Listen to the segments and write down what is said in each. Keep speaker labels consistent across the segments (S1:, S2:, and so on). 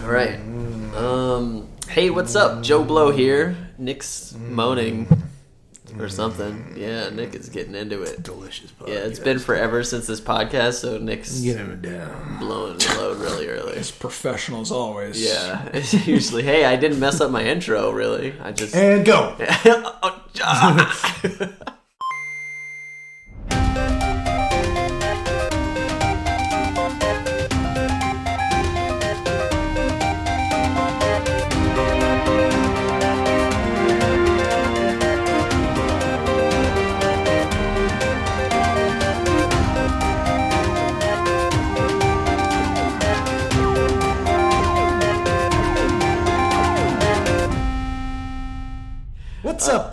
S1: All right. Um, hey, what's up? Joe Blow here. Nick's moaning or something. Yeah, Nick is getting into it.
S2: Delicious podcast.
S1: Yeah, it's been forever since this podcast, so Nick's
S2: Get him down.
S1: blowing the load really early.
S3: It's professional as always.
S1: Yeah, it's usually, hey, I didn't mess up my intro, really. I just.
S2: And go.
S1: Oh, ah.
S2: What's up,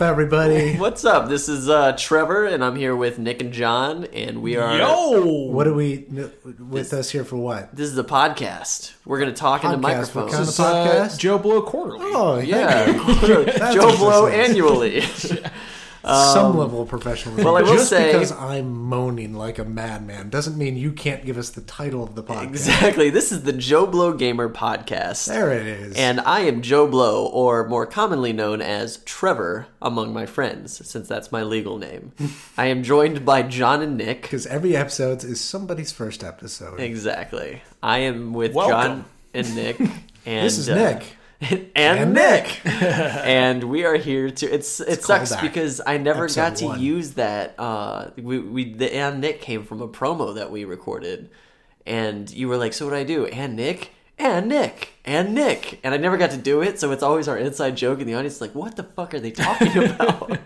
S2: everybody?
S1: What's up? This is uh, Trevor, and I'm here with Nick and John, and we are.
S3: Yo!
S2: What are we with us here for? What?
S1: This is a podcast. We're going to talk into
S2: Podcast,
S1: microphones.
S2: what kind
S3: It's, uh,
S2: Podcast?
S3: Joe Blow Quarterly.
S2: Oh, yeah.
S1: Yeah, Joe
S2: what
S1: Blow
S2: this is.
S1: annually.
S2: Some level of professionalism.
S1: well, I will
S2: Just
S1: say-
S2: because I'm moaning like a madman doesn't mean you can't give us the title of the podcast.
S1: exactly. This is the Joe Blow Gamer podcast.
S2: There it is.
S1: And I am Joe Blow, or more commonly known as Trevor among my friends, since that's my legal name. I am joined by John and Nick.
S2: because every episode is somebody's first episode.
S1: Exactly. I am with John
S3: Welcome.
S1: and Nick. And
S2: This is
S1: uh,
S2: Nick.
S1: and,
S2: And
S1: Nick.
S2: Nick.
S1: and we are here to. It's it sucks
S2: callback.
S1: because I never
S2: Episode
S1: got to
S2: one.
S1: use that. Uh, we we the and Nick came from a promo that we recorded, and you were like, "So what do I do?" And Nick. And Nick and Nick and I never got to do it, so it's always our inside joke in the audience. Like, what the fuck are they talking about?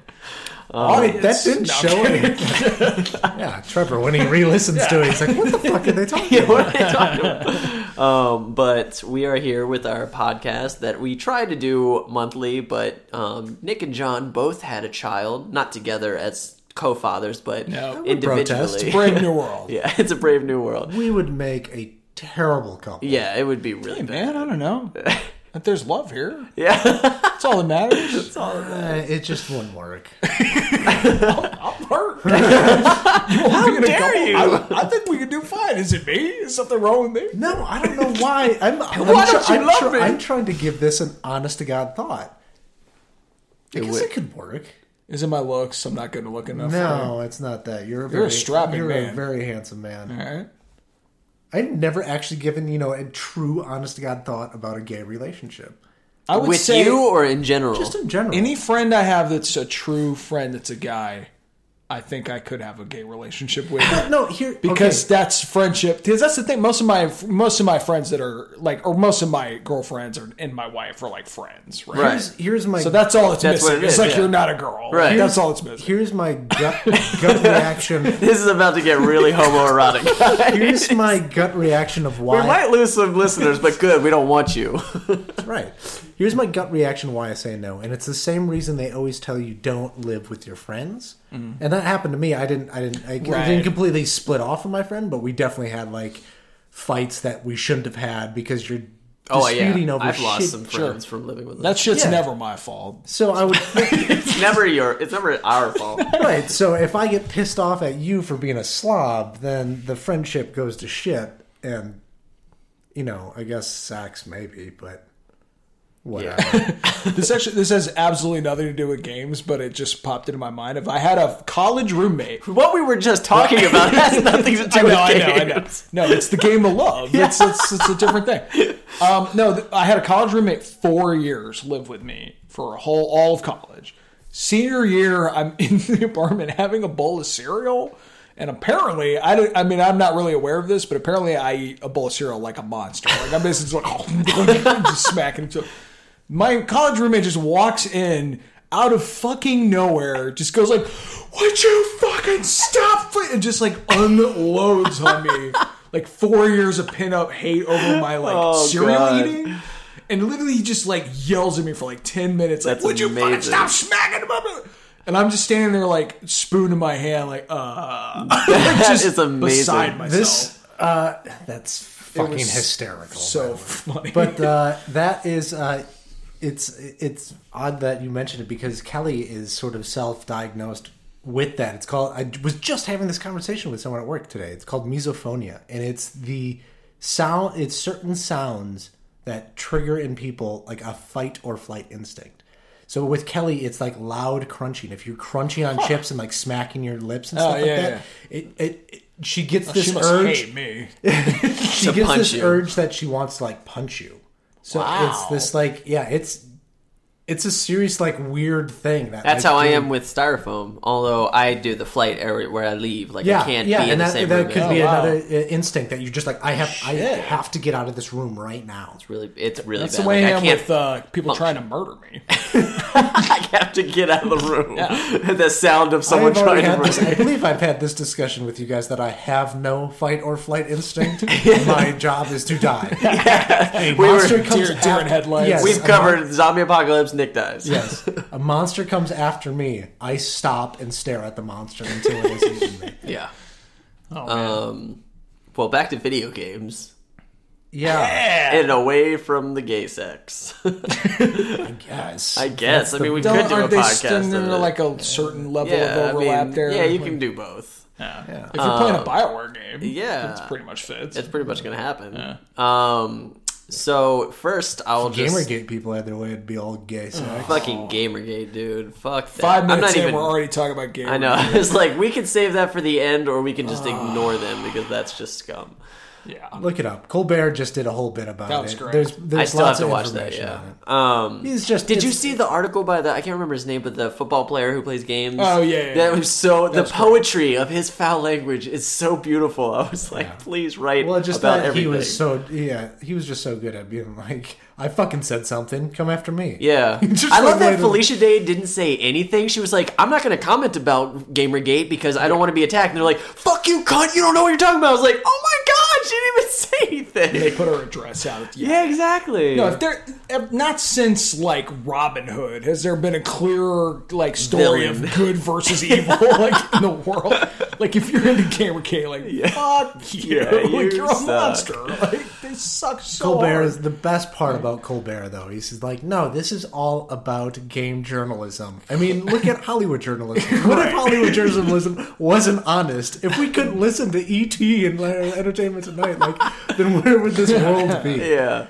S2: Oh, wait, that
S3: Audience.
S2: didn't
S3: No, I'm
S2: show anything. yeah, Trevor, when he re-listens to it, he's like, "What the fuck are they talking about?"
S1: what are they talking about? Um, but we are here with our podcast that we try to do monthly, but um, Nick and John both had a child, not together as co-fathers, but
S3: No.
S1: individually.
S3: Brave New World.
S1: yeah, it's a brave new world.
S2: We would make a terrible couple.
S1: Yeah, it would be really
S3: Hey,
S1: bad.
S3: man, I don't know. If there's love here,
S1: Yeah,
S3: that's all that matters.
S2: Uh, it just wouldn't work.
S3: I'm hurt. you How
S1: dare you?
S3: I, I think we can do fine. Is it me? Is something wrong with me?
S2: No, I don't know why. I'm, I'm
S3: Why don't you
S2: I'm
S3: love me?
S2: I'm trying to give this an honest to God thought. I
S1: It
S2: guess
S1: would-
S2: it could work.
S3: Is it my looks? I'm not good looking enough.
S2: No, it's not that. You're a
S3: You're a
S2: very,
S3: strapping
S2: you're a
S3: man. Mm.
S2: very handsome man.
S3: For All right.
S2: I've never actually given you know a true honest to God thought about a gay relationship,
S3: I would
S1: with
S3: say
S1: you or in general?
S2: just in general.
S3: any friend I have that's a true friend that's a guy, I think I could have a gay relationship with.
S2: But no, here
S3: because
S2: okay.
S3: that's friendship. Because that's the thing. Most of my most of my friends that are like, or most of my girlfriends are, and my wife are like friends, right?
S1: Right.
S2: here's, here's my
S3: So that's all it's
S1: That's what
S3: missing.
S1: it is,
S3: it's like
S1: yeah.
S3: you're not a girl,
S1: Right.
S3: That's all it's missing.
S2: here's my gut gut reaction.
S1: this is about to get really homoerotic.
S2: Here's my gut reaction of
S1: we
S2: why
S1: might lose some listeners, but good, we don't want you.
S2: Right. Here's my gut reaction why I say no, and it's the same reason they always tell you don't live with your friends.
S1: Mm-hmm.
S2: And that happened to me. I didn't. I didn't. I, I didn't
S3: Right.
S2: completely split off from my friend, but we definitely had like fights that we shouldn't have had because you're
S1: oh yeah,
S2: disputing over
S1: I've lost
S2: shit.
S1: some friends from living with them.
S3: That shit's
S2: Yeah.
S3: never my fault.
S2: So I would.
S1: It's never your. It's never our fault.
S2: right. So if I get pissed off at you for being a slob, then the friendship goes to shit, and you know, I guess sex maybe, but whatever.
S3: This actually this has absolutely nothing to do with games, but it just popped into my mind. If I had a college roommate,
S1: What we were just talking about has nothing to do
S3: I
S1: with
S3: know, I
S1: games.
S3: know, I know. No, it's the game of love. It's, it's, it's a different thing. Um, no, th- I had a college roommate four years live with me for a whole all of college. Senior year, I'm in the apartment having a bowl of cereal, and apparently, I don't. I mean, I'm not really aware of this, but apparently, I eat a bowl of cereal like a monster. Like I'm basically just like just smacking it. to- my college roommate just walks in out of fucking nowhere, just goes like, "Would you fucking stop?" fi-" And just like unloads on me, like four years of pinup hate over my like
S1: Oh,
S3: cereal
S1: God.
S3: eating, and literally he just like yells at me for like ten minutes, like,
S1: That's
S3: "Would you fucking
S1: amazing.
S3: stop smacking my?" butt?" And I'm just standing there like spoon in my hand, like uh, that just
S1: is amazing.
S3: Beside myself,
S2: This uh, that's fucking
S3: was
S2: hysterical.
S3: so funny.
S2: but uh, that is uh, it's it's odd that you mentioned it because Kelly is sort of self-diagnosed with that. It's called. I was just having this conversation with someone at work today. It's called misophonia, and it's the sound it's certain sounds that trigger in people like a fight or flight instinct. So with Kelly, it's like loud crunching. If you're crunching on chips and like smacking your lips and
S3: Oh,
S2: stuff like
S3: yeah, Oh,
S2: that, it, it, it she gets this
S3: she must
S2: urge.
S3: hate me.
S2: She
S1: To
S2: gets
S1: punch
S2: this
S1: you.
S2: urge that she wants to like punch you. So
S3: Wow.
S2: it's this like yeah, it's it's a serious like weird thing that
S1: That's
S2: like,
S1: how I
S2: dude-
S1: am with styrofoam. Although I do the flight area where I leave, like I can't be in
S2: and
S1: the
S2: that,
S1: same
S2: that
S1: room.
S2: could
S1: as-
S2: be
S3: Oh, wow.
S2: another uh, instinct that you're just like, I have, I
S3: Shit.
S2: have to get out of this room right now.
S1: It's really, it's really
S3: That's
S1: bad.
S3: the way
S1: Like,
S3: I
S1: I
S3: am
S1: can't.
S3: with uh, people trying to murder me.
S1: I have to get out of the room. the sound of
S2: I've
S1: someone trying
S2: already
S1: to
S2: had this-
S1: run.
S2: I believe I've had this discussion with you guys that I have no fight or flight instinct. My job is to die.
S1: We were-
S2: Monster comes
S3: deer- deer in
S2: af-
S3: headlights.
S2: Yes,
S1: we've
S2: a
S1: covered zombie apocalypse. Nick dies.
S2: Yes. A monster comes after me. I stop and stare at the monster until it has eaten me.
S1: Yeah.
S3: Oh, man.
S1: Um. Well, back to video games
S2: Yeah.
S3: yeah.
S1: and away from the gay sex.
S2: Yes.
S1: I guess. I mean, we
S3: Don't-
S1: could do a
S3: aren't they still
S1: podcast.
S3: in
S1: of it.
S3: like a certain level
S1: yeah,
S3: of overlap
S1: I mean,
S3: there?
S1: yeah, you
S3: Like,
S1: can do both.
S3: yeah. If you're playing a Bioware game,
S1: yeah.
S3: it's pretty much fits.
S1: It's pretty much going to happen. Um. So first, I'll just
S2: Gamergate people had their way. It'd be all gay sex.
S1: fucking Gamergate, dude. Fuck that.
S3: Five
S1: I'm
S3: minutes
S1: not
S3: in,
S1: even.
S3: we're already talking about game.
S1: I know. it's like we can save that for the end, or we can just ignore them because that's just scum.
S3: Yeah.
S2: Look it up. Colbert just did a whole bit about
S3: That was
S2: it.
S3: great.
S2: There's, there's
S1: I still have
S2: lots
S1: to
S2: of
S1: watch that.
S2: information
S1: Yeah.
S2: on it.
S1: Um.
S2: He's just.
S1: Did you
S2: it's-
S1: see the article by the I can't remember his name, but the football player who plays games?
S3: Oh, yeah,
S1: that
S3: yeah, yeah.
S1: was so the poetry of his foul language is so beautiful. I was like, please write
S2: Well, just
S1: about
S2: that
S1: everything.
S2: he was so yeah, he was just so good at being like, I fucking said something. Come after me.
S1: yeah,
S2: Just
S1: I love
S2: the way
S1: that
S2: to-
S1: Felicia Day didn't say anything. She was like, "I'm not going to comment about GamerGate because I don't want to be attacked." And they're like, "Fuck you, cunt! You don't know what you're talking about." I was like, "Oh my god, she didn't even say anything."
S3: They put her address out at the end.
S1: Yeah, exactly.
S3: No, if there, if not since like Robin Hood has there been a clearer like story
S1: Villain.
S3: of good versus evil like in the world. Like if you're into gamer K, like fuck you,
S1: Yeah,
S3: like
S1: you
S3: you're a
S1: suck.
S3: monster. Like this sucks so
S2: Colbert
S3: hard.
S2: is the best part about Colbert though. He's just like, no, this is all about game journalism. I mean, look at Hollywood journalism. What if Hollywood journalism wasn't honest? If we couldn't listen to ET and like, Entertainment Tonight, like, then where would this world be?
S1: yeah.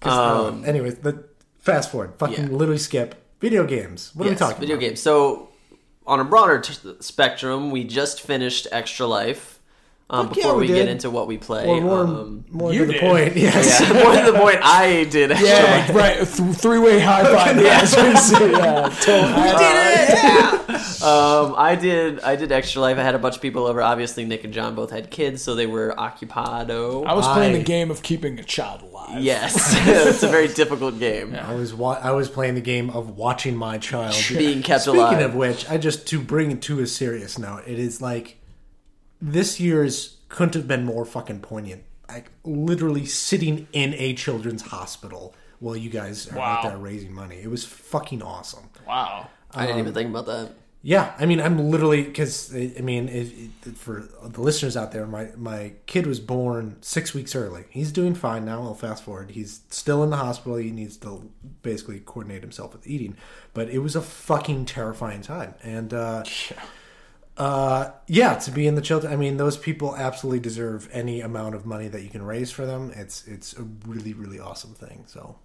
S2: 'Cause, uh, anyways, the fast forward, fucking
S1: Um, yeah.
S2: literally skip video games. What
S1: Yes,
S2: are we talking
S1: video
S2: about?
S1: games. So, on a broader t- spectrum, we just finished Extra Life. Um,
S2: Fuck yeah,
S1: before
S2: we
S1: we, get
S2: did.
S1: into what we play,
S2: Or more,
S1: um,
S2: more
S3: you
S2: to the
S3: did.
S2: point. Yes.
S1: yeah, more to the point, I did. Extra Life.
S3: yeah, right. Th- Three way high five. Yeah, yeah.
S1: Um, I did. I did Extra Life. I had a bunch of people over. Obviously, Nick and John both had kids, so they were occupado.
S3: I was playing
S2: I-
S3: the game of keeping a child alive.
S1: yes, it's a very difficult game.
S2: I was wa- I was playing the game of watching my child
S1: Being kept
S2: Speaking
S1: alive.
S2: of which, I just to bring it to a serious note, it is like this year's couldn't have been more fucking poignant. Like literally sitting in a children's hospital while you guys are out
S3: Wow.
S2: there raising money. It was fucking awesome.
S3: Wow.
S1: I didn't
S2: um,
S1: even think about that.
S2: Yeah, I mean, I'm literally because I mean, if, if- for the listeners out there, my my kid was born six weeks early. He's doing fine now. I'll fast forward. He's still in the hospital. He needs to basically coordinate himself with eating. But it was a fucking terrifying time, and uh, uh, yeah, to be in the children. I mean, those people absolutely deserve any amount of money that you can raise for them. It's it's a really really awesome thing. So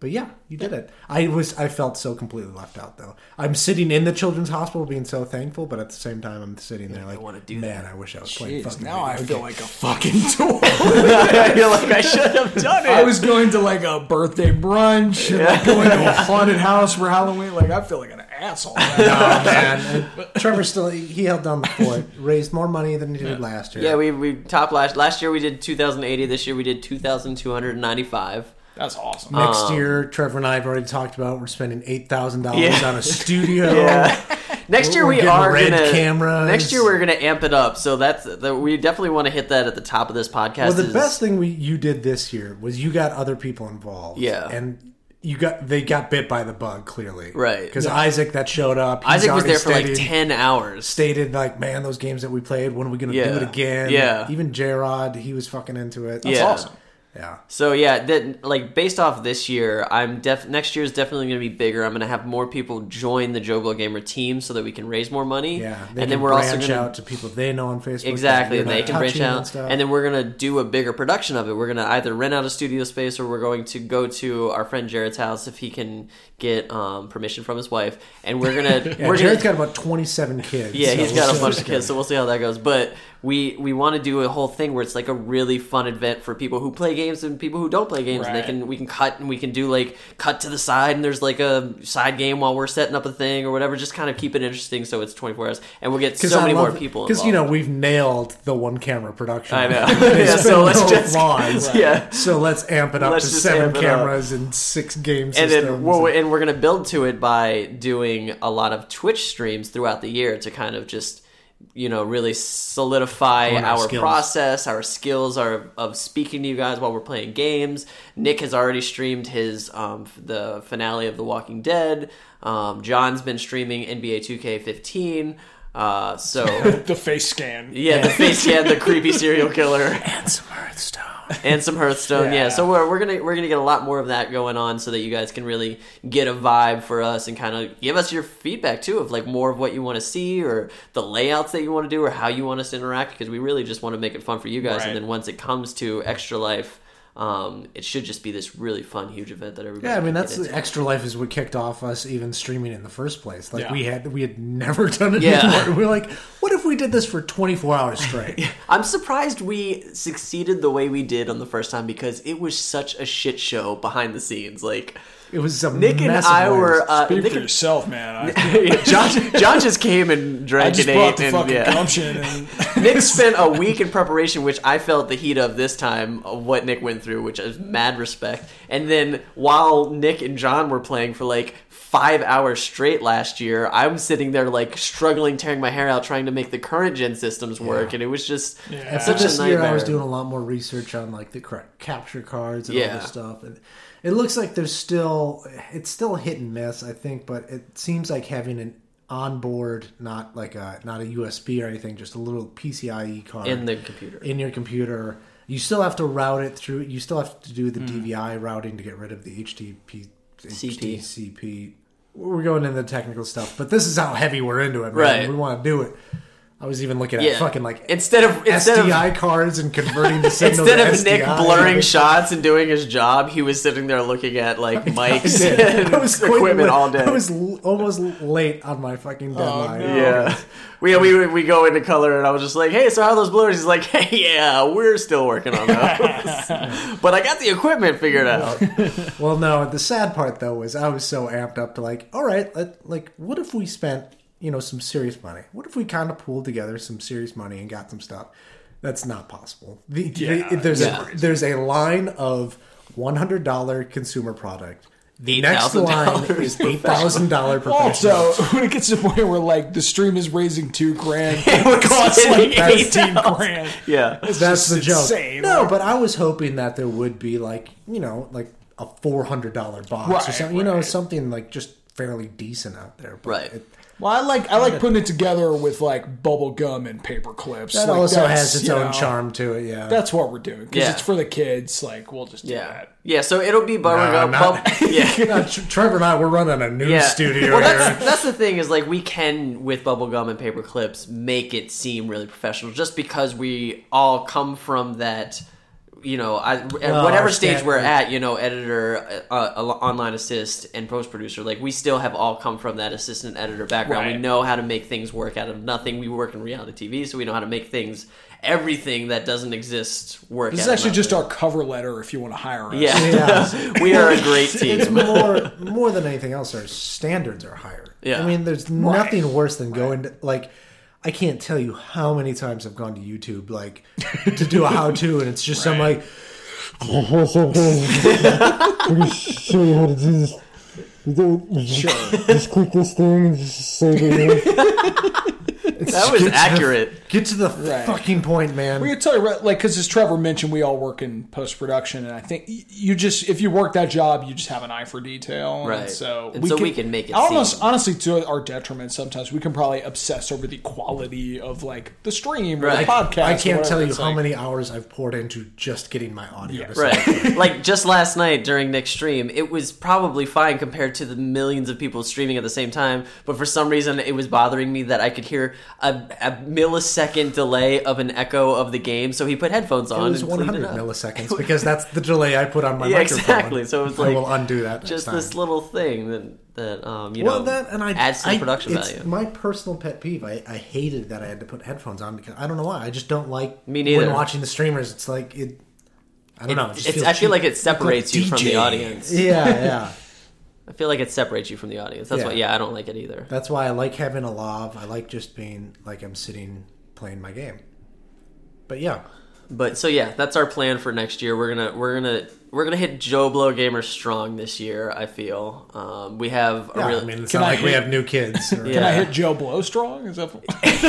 S2: but yeah, you did it. I was I felt so completely left out though. I'm sitting in the children's hospital being so thankful, but at the same time I'm sitting there like
S1: wanna do
S2: man, I wish I was playing
S3: Jeez,
S2: fucking
S3: now I
S2: video
S3: feel like a fucking tool.
S1: I feel like I should have done it.
S3: I was going to like a birthday brunch, and like going to a haunted house for Halloween. Like I feel like an asshole. right now.
S2: games. man. And Trevor still he held down the fort, raised more money than he did last year.
S1: Yeah, we we top last last year we did 2080. This year we did 2295.
S3: That's awesome.
S2: Next
S1: Uh.
S2: year, Trevor and I have already talked about we're spending eight thousand dollars
S1: Yeah.
S2: on a studio.
S1: Next year
S2: We're
S1: we
S2: getting
S1: are
S2: red
S1: gonna
S2: cameras.
S1: next year we're gonna amp it up. So that's that we definitely want to hit that at the top of this podcast.
S2: Well, the
S1: is-
S2: best thing we you did this year was you got other people involved.
S1: Yeah.
S2: and you got they got bit by the bug clearly,
S1: Right.
S2: Because Isaac that showed up, he's
S1: Isaac was
S2: already
S1: there for like
S2: stated-
S1: ten hours.
S2: Stated like, man, those games that we played, when are we gonna
S1: Yeah.
S2: do it again?
S1: Yeah.
S2: Even J Rod, he was fucking into it.
S1: Yeah.
S3: That's awesome.
S2: Yeah.
S1: So yeah, that like based off this year, I'm def next year's definitely going to be bigger. I'm going to have more people join the Joe Blow Gamer team so that we can raise more money.
S2: Yeah. They
S1: and
S2: can
S1: then we're also
S2: branch
S1: gonna,
S2: out to people they know on Facebook. that
S1: exactly,
S2: you're
S1: and
S2: not
S1: they can branch
S2: touching and
S1: out,
S2: stuff.
S1: and then we're gonna do a bigger production of it. We're gonna either rent out a studio space or we're going to go to our friend Jared's house if he can get um, permission from his wife, and we're gonna
S2: yeah,
S1: we're
S2: Jared's
S1: gonna.
S2: got about 27 kids.
S1: Yeah,
S2: so
S1: he's got a
S2: we'll
S1: bunch
S2: see.
S1: of kids, so we'll see how that goes. But we we want to do a whole thing where it's like a really fun event for people who play games and people who don't play games, and they
S3: Right.
S1: can we can cut and we can do like cut to the side, and there's like a side game while we're setting up a thing or whatever. Just kind of keep it interesting, so it's 24 hours, and we'll get
S2: 'Cause
S1: so
S2: I
S1: many
S2: love-
S1: more people.
S2: Because you know we've nailed the one camera production.
S1: I know.
S2: They
S1: Yeah, so
S2: spend
S1: let's
S2: no
S1: just-
S2: lawns.
S1: yeah.
S2: So let's amp it up
S1: Let's
S2: to
S1: just
S2: seven
S1: amp it up.
S2: cameras and six game
S1: and
S2: systems.
S1: then we're, and we're gonna build to it by doing a lot of Twitch streams throughout the year to kind of just you know really solidify
S2: Hone our
S1: our,
S2: skills.
S1: process, our skills, our of speaking to you guys while we're playing games. Nick has already streamed his um, f- the finale of The Walking Dead. Um, John's been streaming NBA 2K15. Uh, so
S3: The face scan.
S1: yeah, the face, yeah, the creepy serial killer
S2: and some Hearthstone.
S1: and some Hearthstone. Yeah.
S3: Yeah.
S1: So we're, we're gonna we're gonna get a lot more of that going on, so that you guys can really get a vibe for us and kind of give us your feedback too of like more of what you want to see or the layouts that you want to do or how you want us to interact because we really just want to make it fun for you guys.
S3: Right.
S1: And then once it comes to Extra Life. Um, it should just be this really fun, huge event that everybody.
S2: Yeah, I
S1: can
S2: mean
S1: get
S2: that's
S1: into.
S2: the extra life is what kicked off us even streaming in the first place. Like
S3: Yeah.
S2: we had we had never done it
S1: Yeah.
S2: before. We were like, what if we did this for 24 hours straight?
S1: I'm surprised we succeeded the way we did on the first time because it was such a shit show behind the scenes. Like
S2: It was a
S1: Nick and
S2: massive
S1: I
S2: waste.
S1: were uh,
S3: Speak
S1: Nick
S3: for
S1: and-
S3: yourself, man. I,
S1: Yeah, John, John just came and
S3: I
S1: drank
S3: just
S1: and
S3: brought
S1: ate,
S3: the
S1: and
S3: fucking
S1: yeah.
S3: gumption. And
S1: Nick spent a week in preparation, which I felt the heat of this time of what Nick went through, which is mad respect. And then while Nick and John were playing for like five hours straight last year, I'm sitting there like struggling, tearing my hair out, trying to make the current gen systems work, and it was just
S3: Yeah.
S2: So
S1: such
S2: this
S1: a
S2: year
S1: nightmare.
S2: I was doing a lot more research on like the correct capture cards and all
S1: Yeah.
S2: this stuff, and it looks like there's still it's still hit and miss, I think, but it seems like having an onboard, not like a not a USB or anything, just a little PCIe E card
S1: in the computer.
S2: in your computer. You still have to route it through. You still have to
S1: Hmm.
S2: do the DVI routing to get rid of the HTTP,
S1: CP.
S2: HTCP. We're going into the technical stuff, but this is how heavy we're into it, man.
S1: Right.
S2: We want to do it. I was even looking at
S1: Yeah,
S2: fucking like
S1: instead of instead of
S2: SDI cards and converting the signal
S1: Instead
S2: to
S1: of
S2: SDI.
S1: Nick blurring shots and doing his job, he was sitting there looking at like
S2: I
S1: mics
S2: did.
S1: and
S2: I was quite
S1: equipment
S2: li-
S1: all day.
S2: I was l- almost late on my fucking
S1: Oh,
S2: deadline.
S3: no.
S1: Yeah. We, we we go into color and I was just like, hey, so how are those blurs? He's like, hey, yeah, we're still working on those. but I got the equipment figured out.
S2: Well, no. The sad part though was I was so amped up to like, all right, let, like, what if we spent you know some serious money? What if we kind of pulled together some serious money and got some stuff? That's not possible. The,
S3: Yeah,
S2: the- there's
S1: yeah.
S2: a there's a line of one hundred dollar consumer product. The next line
S1: $8,000
S2: is eight thousand dollar professional.
S3: also, when it gets to the point where like the stream is raising two grand, it costs like
S1: That's-
S3: eighteen grand.
S1: Yeah.
S2: That's
S3: just
S2: the joke.
S3: insane.
S2: No, but I was hoping that there would be like you know like a four hundred dollar box or
S3: Right,
S2: something. You know
S3: right.
S2: something like just fairly decent out there. But
S1: Right.
S2: it-
S3: Well, I like I like putting it together with like bubble gum and paper clips.
S2: that
S3: Like,
S2: also
S3: that's,
S2: has its
S3: you
S2: own
S3: know,
S2: charm to it. Yeah.
S3: That's what we're doing because
S1: Yeah.
S3: it's for the kids. Like we'll just do
S1: Yeah.
S3: that.
S1: Yeah, so it'll be bummer.
S2: No,
S1: go-
S2: not-
S1: bum- yeah.
S2: No, Tr- Trevor and I we're running a news
S1: Yeah.
S2: studio
S1: well,
S2: here.
S1: that's, that's the thing is like we can with bubblegum and paper clips make it seem really professional just because we all come from that you know I, at
S3: Oh,
S1: whatever
S2: our
S1: stage we're
S2: standard.
S1: at you know editor uh, uh, online assist and post producer like we still have all come from that assistant editor background we
S3: Right.
S1: know how to make things work out of nothing we work in reality tv so we know how to make things everything that doesn't exist work
S3: This
S1: out
S3: is
S1: of
S3: actually just
S1: nothing.
S3: our cover letter if you want to hire us.
S1: yeah, we are a great team
S2: It's more more than anything else. Our standards are higher.
S1: Yeah.
S2: I mean, there's nothing worse than going to like. I can't tell you how many times I've gone to YouTube like to do a how to, and it's just I'm
S3: Right.
S2: like. Let me show you how to do this. You don't- Just click this thing and just save it.
S1: That was accurate.
S2: Get to the
S3: Right.
S2: fucking point, man.
S3: We could tell you, right, like, because as Trevor mentioned, we all work in post production, and I think y- you just, if you work that job, you just have an eye for detail, and
S1: Right.
S3: so
S1: And so we can make it
S3: Almost,
S1: seem-
S3: honestly, to our detriment, sometimes we can probably obsess over the quality of like the stream or the
S1: Right.
S3: podcast.
S2: I
S3: or
S2: can't
S3: whatever.
S2: tell you
S3: It's
S2: how
S3: like-
S2: many hours I've poured into just getting my audio. to sound
S1: Right. like just last night during Nick's stream, it was probably fine compared to the millions of people streaming at the same time. But for some reason, it was bothering me that I could hear a, a millisecond delay of an echo of the game. So he put headphones on
S2: It was
S1: and
S2: 100
S1: cleaned it up.
S2: milliseconds because that's the delay I put on my
S1: Yeah,
S2: microphone.
S1: exactly. So it's
S2: I
S1: like
S2: will undo that. next
S1: Just
S2: time.
S1: this little thing that that um you
S2: well,
S1: know
S2: that and I
S1: adds to the
S2: I-
S1: production
S2: it's
S1: value.
S2: My personal pet peeve. I, I hated that I had to put headphones on because I don't know why. I just don't like
S1: Me neither.
S2: When watching the streamers, it's like it. I don't know. It just
S1: It's,
S2: feels
S1: I feel
S2: cheap.
S1: like it separates you from the
S3: DJ.
S1: audience.
S2: yeah, yeah.
S1: I feel like it separates you from the audience. That's
S2: Yeah.
S1: why, yeah, I don't like it either.
S2: That's why I like having a lav. I like just being like I'm sitting playing my game. But yeah,
S1: But so yeah, that's our plan for next year. We're gonna we're gonna we're gonna hit Joe Blow Gamer strong this year. I feel um, we have a
S2: yeah
S1: real
S2: I mean, it's
S3: Can
S2: not
S3: I
S2: like we
S3: hit-
S2: have new kids. Or,
S1: Yeah.
S3: Can I hit Joe Blow strong? Is that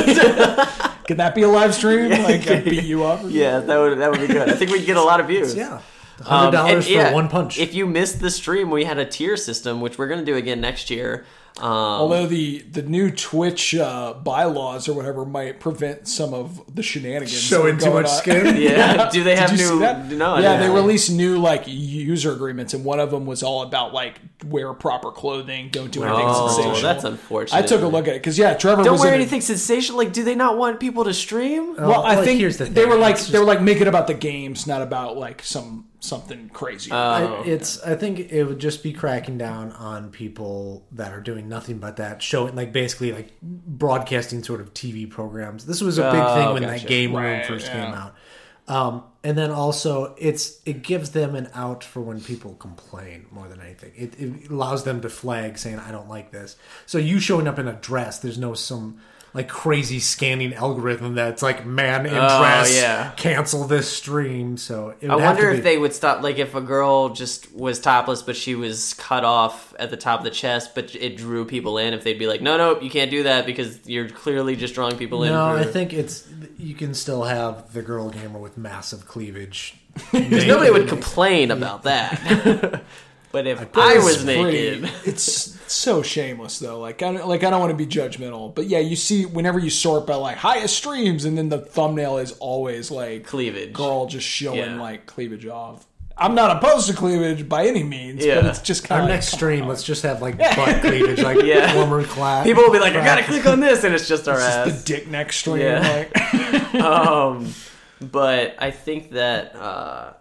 S3: could that be a live stream? Like I beat you up? or
S1: yeah that would that would be good. I think we get a lot of views.
S2: yeah,
S1: Um,
S2: hundred dollars
S1: and,
S2: for
S1: yeah,
S2: one punch.
S1: If you missed the stream, we had a tier system, which we're gonna do again next year. Um,
S3: Although the the new Twitch uh, bylaws or whatever might prevent some of the shenanigans
S2: Showing
S3: that are
S2: too
S3: going
S2: much
S3: on.
S2: skin.
S1: yeah, do they have
S3: Did you
S1: new?
S3: see that?
S1: No, I
S3: yeah,
S1: didn't.
S3: they released new like user agreements, and one of them was all about like wear proper clothing, don't do anything
S1: Oh,
S3: sensational.
S1: that's unfortunate.
S3: I took a look at it because yeah, Trevor
S1: Don't
S3: was
S1: wear
S3: in it. Uh,
S1: anything sensational. Like, do they not want people to stream?
S3: Well, I
S2: Like,
S3: think
S2: here's the
S3: they
S2: thing,
S3: were like
S2: it's
S3: they were like make it about the games, not about like some something crazy.
S1: Oh,
S2: I, it's. I think it would just be cracking down on people that are doing nothing but that, showing like basically like broadcasting sort of TV programs. This was a big
S1: Oh,
S2: thing when
S1: gotcha.
S2: that game room
S3: Right,
S2: first
S3: yeah.
S2: came out, um, and then also it's it gives them an out for when people complain more than anything. It, it allows them to flag saying I don't like this. So you showing up in a dress, there's no some. Like crazy scanning algorithm that's like man in
S1: Oh,
S2: dress
S1: yeah.
S2: cancel this stream. So it
S1: I
S2: would have to
S1: wonder
S2: be-
S1: if they would stop, like, if a girl just was topless, but she was cut off at the top of the chest, but it drew people in. If they'd be like, no, no, you can't do that because you're clearly just drawing people in.
S2: No,
S1: for-
S2: I think it's you can still have the girl gamer with massive cleavage.
S1: nobody would complain about that. but if I, was naked,
S3: it's so shameless though. Like I don't, like I don't want to be judgmental, but yeah, you see whenever you sort by like highest streams, and then the thumbnail is always like
S1: cleavage.
S3: girl just showing
S1: Yeah.
S3: like cleavage off. I'm not opposed to cleavage by any means, but
S1: Yeah.
S3: it's just kind
S2: Our
S3: of
S2: next stream, let's just have like butt cleavage, like
S1: Yeah.
S2: woman class.
S1: People will be like, I gotta click on this, and it's just our ass.
S3: the dick neck stream.
S1: Yeah.
S3: Like,
S1: um, but I think that uh,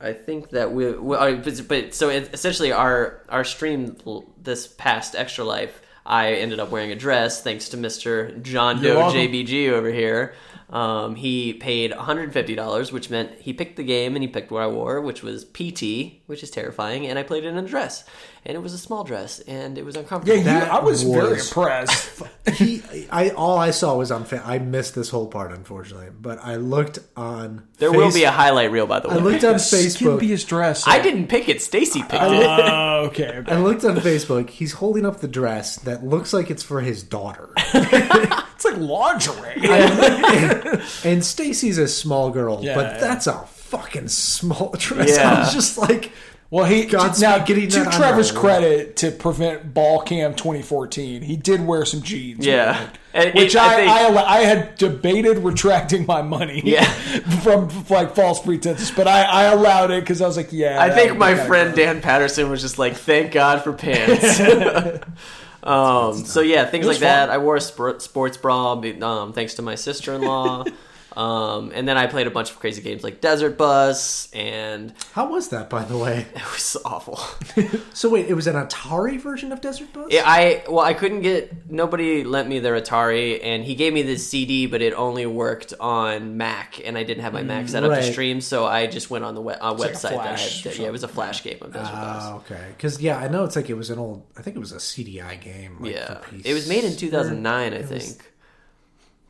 S1: I think that we, we uh, but, but so it, essentially our our stream l- this past extra life. I ended up wearing a dress thanks to Mr. John
S3: You're
S1: Doe
S3: welcome.
S1: JBG over here. Um, he paid $150, which meant he picked the game and he picked what I wore, which was PT, which is terrifying. And I played it in a dress, and it was a small dress, and it was
S3: yeah,
S1: uncomfortable.
S3: you,
S2: That
S3: I was, very
S2: was-
S3: impressed.
S2: he, I all I saw was on. Fa- I missed this whole part, unfortunately. But I looked on.
S1: there will be a highlight reel, by the
S2: I
S1: way.
S2: looked on
S3: Skin be
S2: Facebook.
S3: his dress.
S1: I didn't pick it; Stacy picked it.
S3: Oh, okay. okay.
S2: I looked on Facebook. He's holding up the dress that looks like it's for his daughter.
S3: It's like lingerie.
S2: And Stacy's a small girl,
S3: Yeah,
S2: but
S3: yeah.
S2: that's a fucking small dress.
S1: Yeah.
S2: I was just like,
S3: Well, he
S2: Godspeed
S3: now
S2: getting
S3: to
S2: that
S3: Trevor's
S2: underwear.
S3: credit to prevent ball cam 2014. He did wear some jeans,
S1: Yeah, And it-
S3: which I
S1: think-
S3: I, I had debated retracting my money,
S1: Yeah.
S3: from like false pretenses, but I, I allowed it because I was like, yeah,
S1: I
S3: that
S1: think
S3: would
S1: my
S3: be kinda
S1: friend
S3: gross.
S1: Dan Patterson was just like, "Thank God for pants." um, so yeah, things like
S3: was
S1: that.
S3: fun.
S1: I wore a spor- sports bra, be- um, thanks to my sister in law. um, and then I played a bunch of crazy games like Desert Bus, and
S2: how was that, by the way?
S1: it was awful.
S2: So wait, it was an Atari version of Desert Bus?
S1: Yeah, I well, I couldn't get nobody lent me their Atari, and he gave me this CD, but it only worked on Mac, and I didn't have my Mac set up to
S2: right.
S1: stream, so I just went on the we- uh,
S3: like a
S1: website that I
S3: flash
S1: had.
S3: or
S1: Yeah, it was a flash game of Desert Bus.
S2: Oh, okay. Because yeah, I know it's like it was an old. I think it was a CDI game. Like,
S1: Yeah,
S2: for
S1: it was made in
S2: PC.
S1: 2009, I
S2: It
S1: think.
S2: was-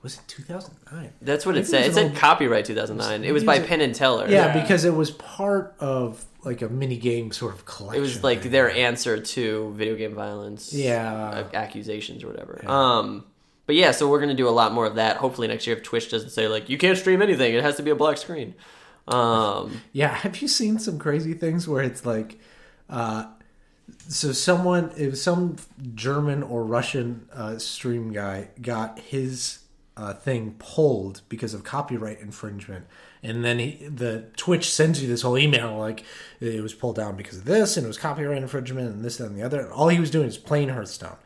S2: Was it 2009?
S1: That's what it
S2: Maybe
S1: said.
S2: it
S1: It
S2: was
S1: said
S2: an old-
S1: copyright 2009. It was
S2: maybe
S1: by
S2: it was a-
S1: Penn and Teller.
S2: Yeah,
S3: Yeah.
S2: because it was part of like a mini game sort of collection.
S1: it was like
S2: thing.
S1: their answer to video game violence.
S2: Yeah.
S1: uh, accusations or whatever. Um, But yeah, so we're gonna do a lot more of that. Hopefully next year, if Twitch doesn't say like you can't stream anything, it has to be a black screen. Um,
S2: Yeah, have you seen some crazy things where it's like, uh, so someone, it was some German or Russian uh, stream guy got his uh, thing pulled because of copyright infringement, and then he, the Twitch sends you this whole email like it was pulled down because of this, and it was copyright infringement, and this that, and the other. All he was doing is playing Hearthstone,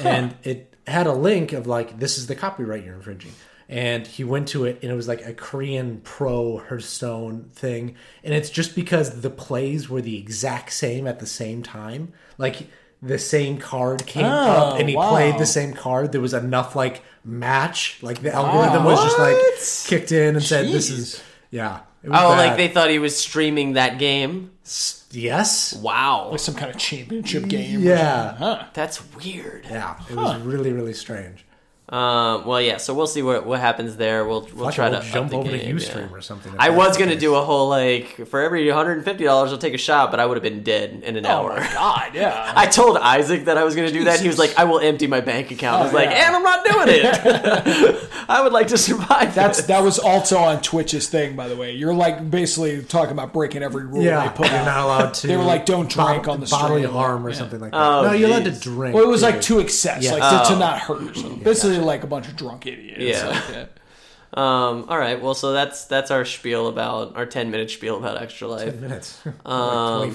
S2: and it had a link of like this is the copyright you're infringing and he went to it and it was like a korean pro hearthstone thing and it's just because the plays were the exact same at the same time like the same card
S1: Oh,
S2: came up and he
S3: wow.
S2: played the same card there was enough like match like the algorithm was just like
S3: What?
S2: kicked in and said this
S3: Jeez.
S2: is yeah it was
S1: oh, like
S2: bad.
S1: they thought he was streaming that game.
S2: S- yes
S1: Wow,
S3: Like some kind of championship game. or
S2: yeah
S3: something, huh?
S1: that's weird.
S2: yeah it was really really strange
S1: Um, well, yeah. So we'll see what what happens there. We'll we'll
S2: like
S1: try
S2: we'll
S1: to
S2: jump
S1: up
S2: over
S1: the
S2: to
S1: game,
S2: Ustream
S1: yeah.
S2: or something if
S1: I
S2: that's
S1: was
S2: the
S1: gonna
S2: case.
S1: do a whole like for every 150 dollars I'll take a shot, but I would have been dead in an
S3: Oh
S1: hour.
S3: my god, yeah.
S1: I told Isaac that I was going to do that. He was like, "I will empty my bank account." I was
S3: Oh,
S1: like,
S3: yeah.
S1: "And I'm not doing it. I would like to survive."
S3: That's
S1: this."
S3: that was also on Twitch's thing, by the way. You're like basically talking about breaking every rule
S2: Yeah,
S3: they put
S2: you're
S3: out.
S2: not allowed to.
S3: They were like, "Don't drink
S2: bod-
S3: on the
S2: bodily
S3: stream."
S2: harm or
S3: Yeah.
S2: something like that.
S1: Oh,
S2: no, you're allowed to
S1: geez.
S2: drink.
S3: Well, it was like
S2: period.
S3: to excess,
S2: Yeah.
S3: like to, to not hurt. yourself. Basically, like a bunch of drunk idiots.
S1: Oh. Yeah.
S3: like that.
S1: um, all right. Well, so that's that's our spiel about our 10 minute spiel about extra life.
S2: minutes,
S1: Um,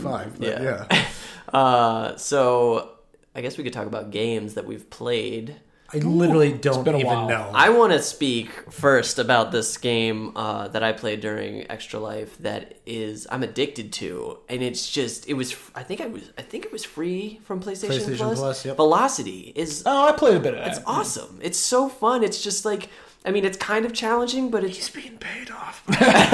S2: like twenty-five. But
S1: yeah.
S2: yeah,
S1: Uh, so I guess we could talk about games that we've played.
S2: I literally don't
S3: been a
S2: even
S3: while.
S2: know.
S1: I want to speak first about this game uh, that I played during Extra Life that is I'm addicted to, and it's just it was I think I was I think it was free from PlayStation,
S2: PlayStation Plus, yep.
S1: Velocity is
S3: Oh, I played a bit of that.
S1: It's awesome. It's so fun. It's just like I mean, it's kind of challenging, but it's
S2: being paid off.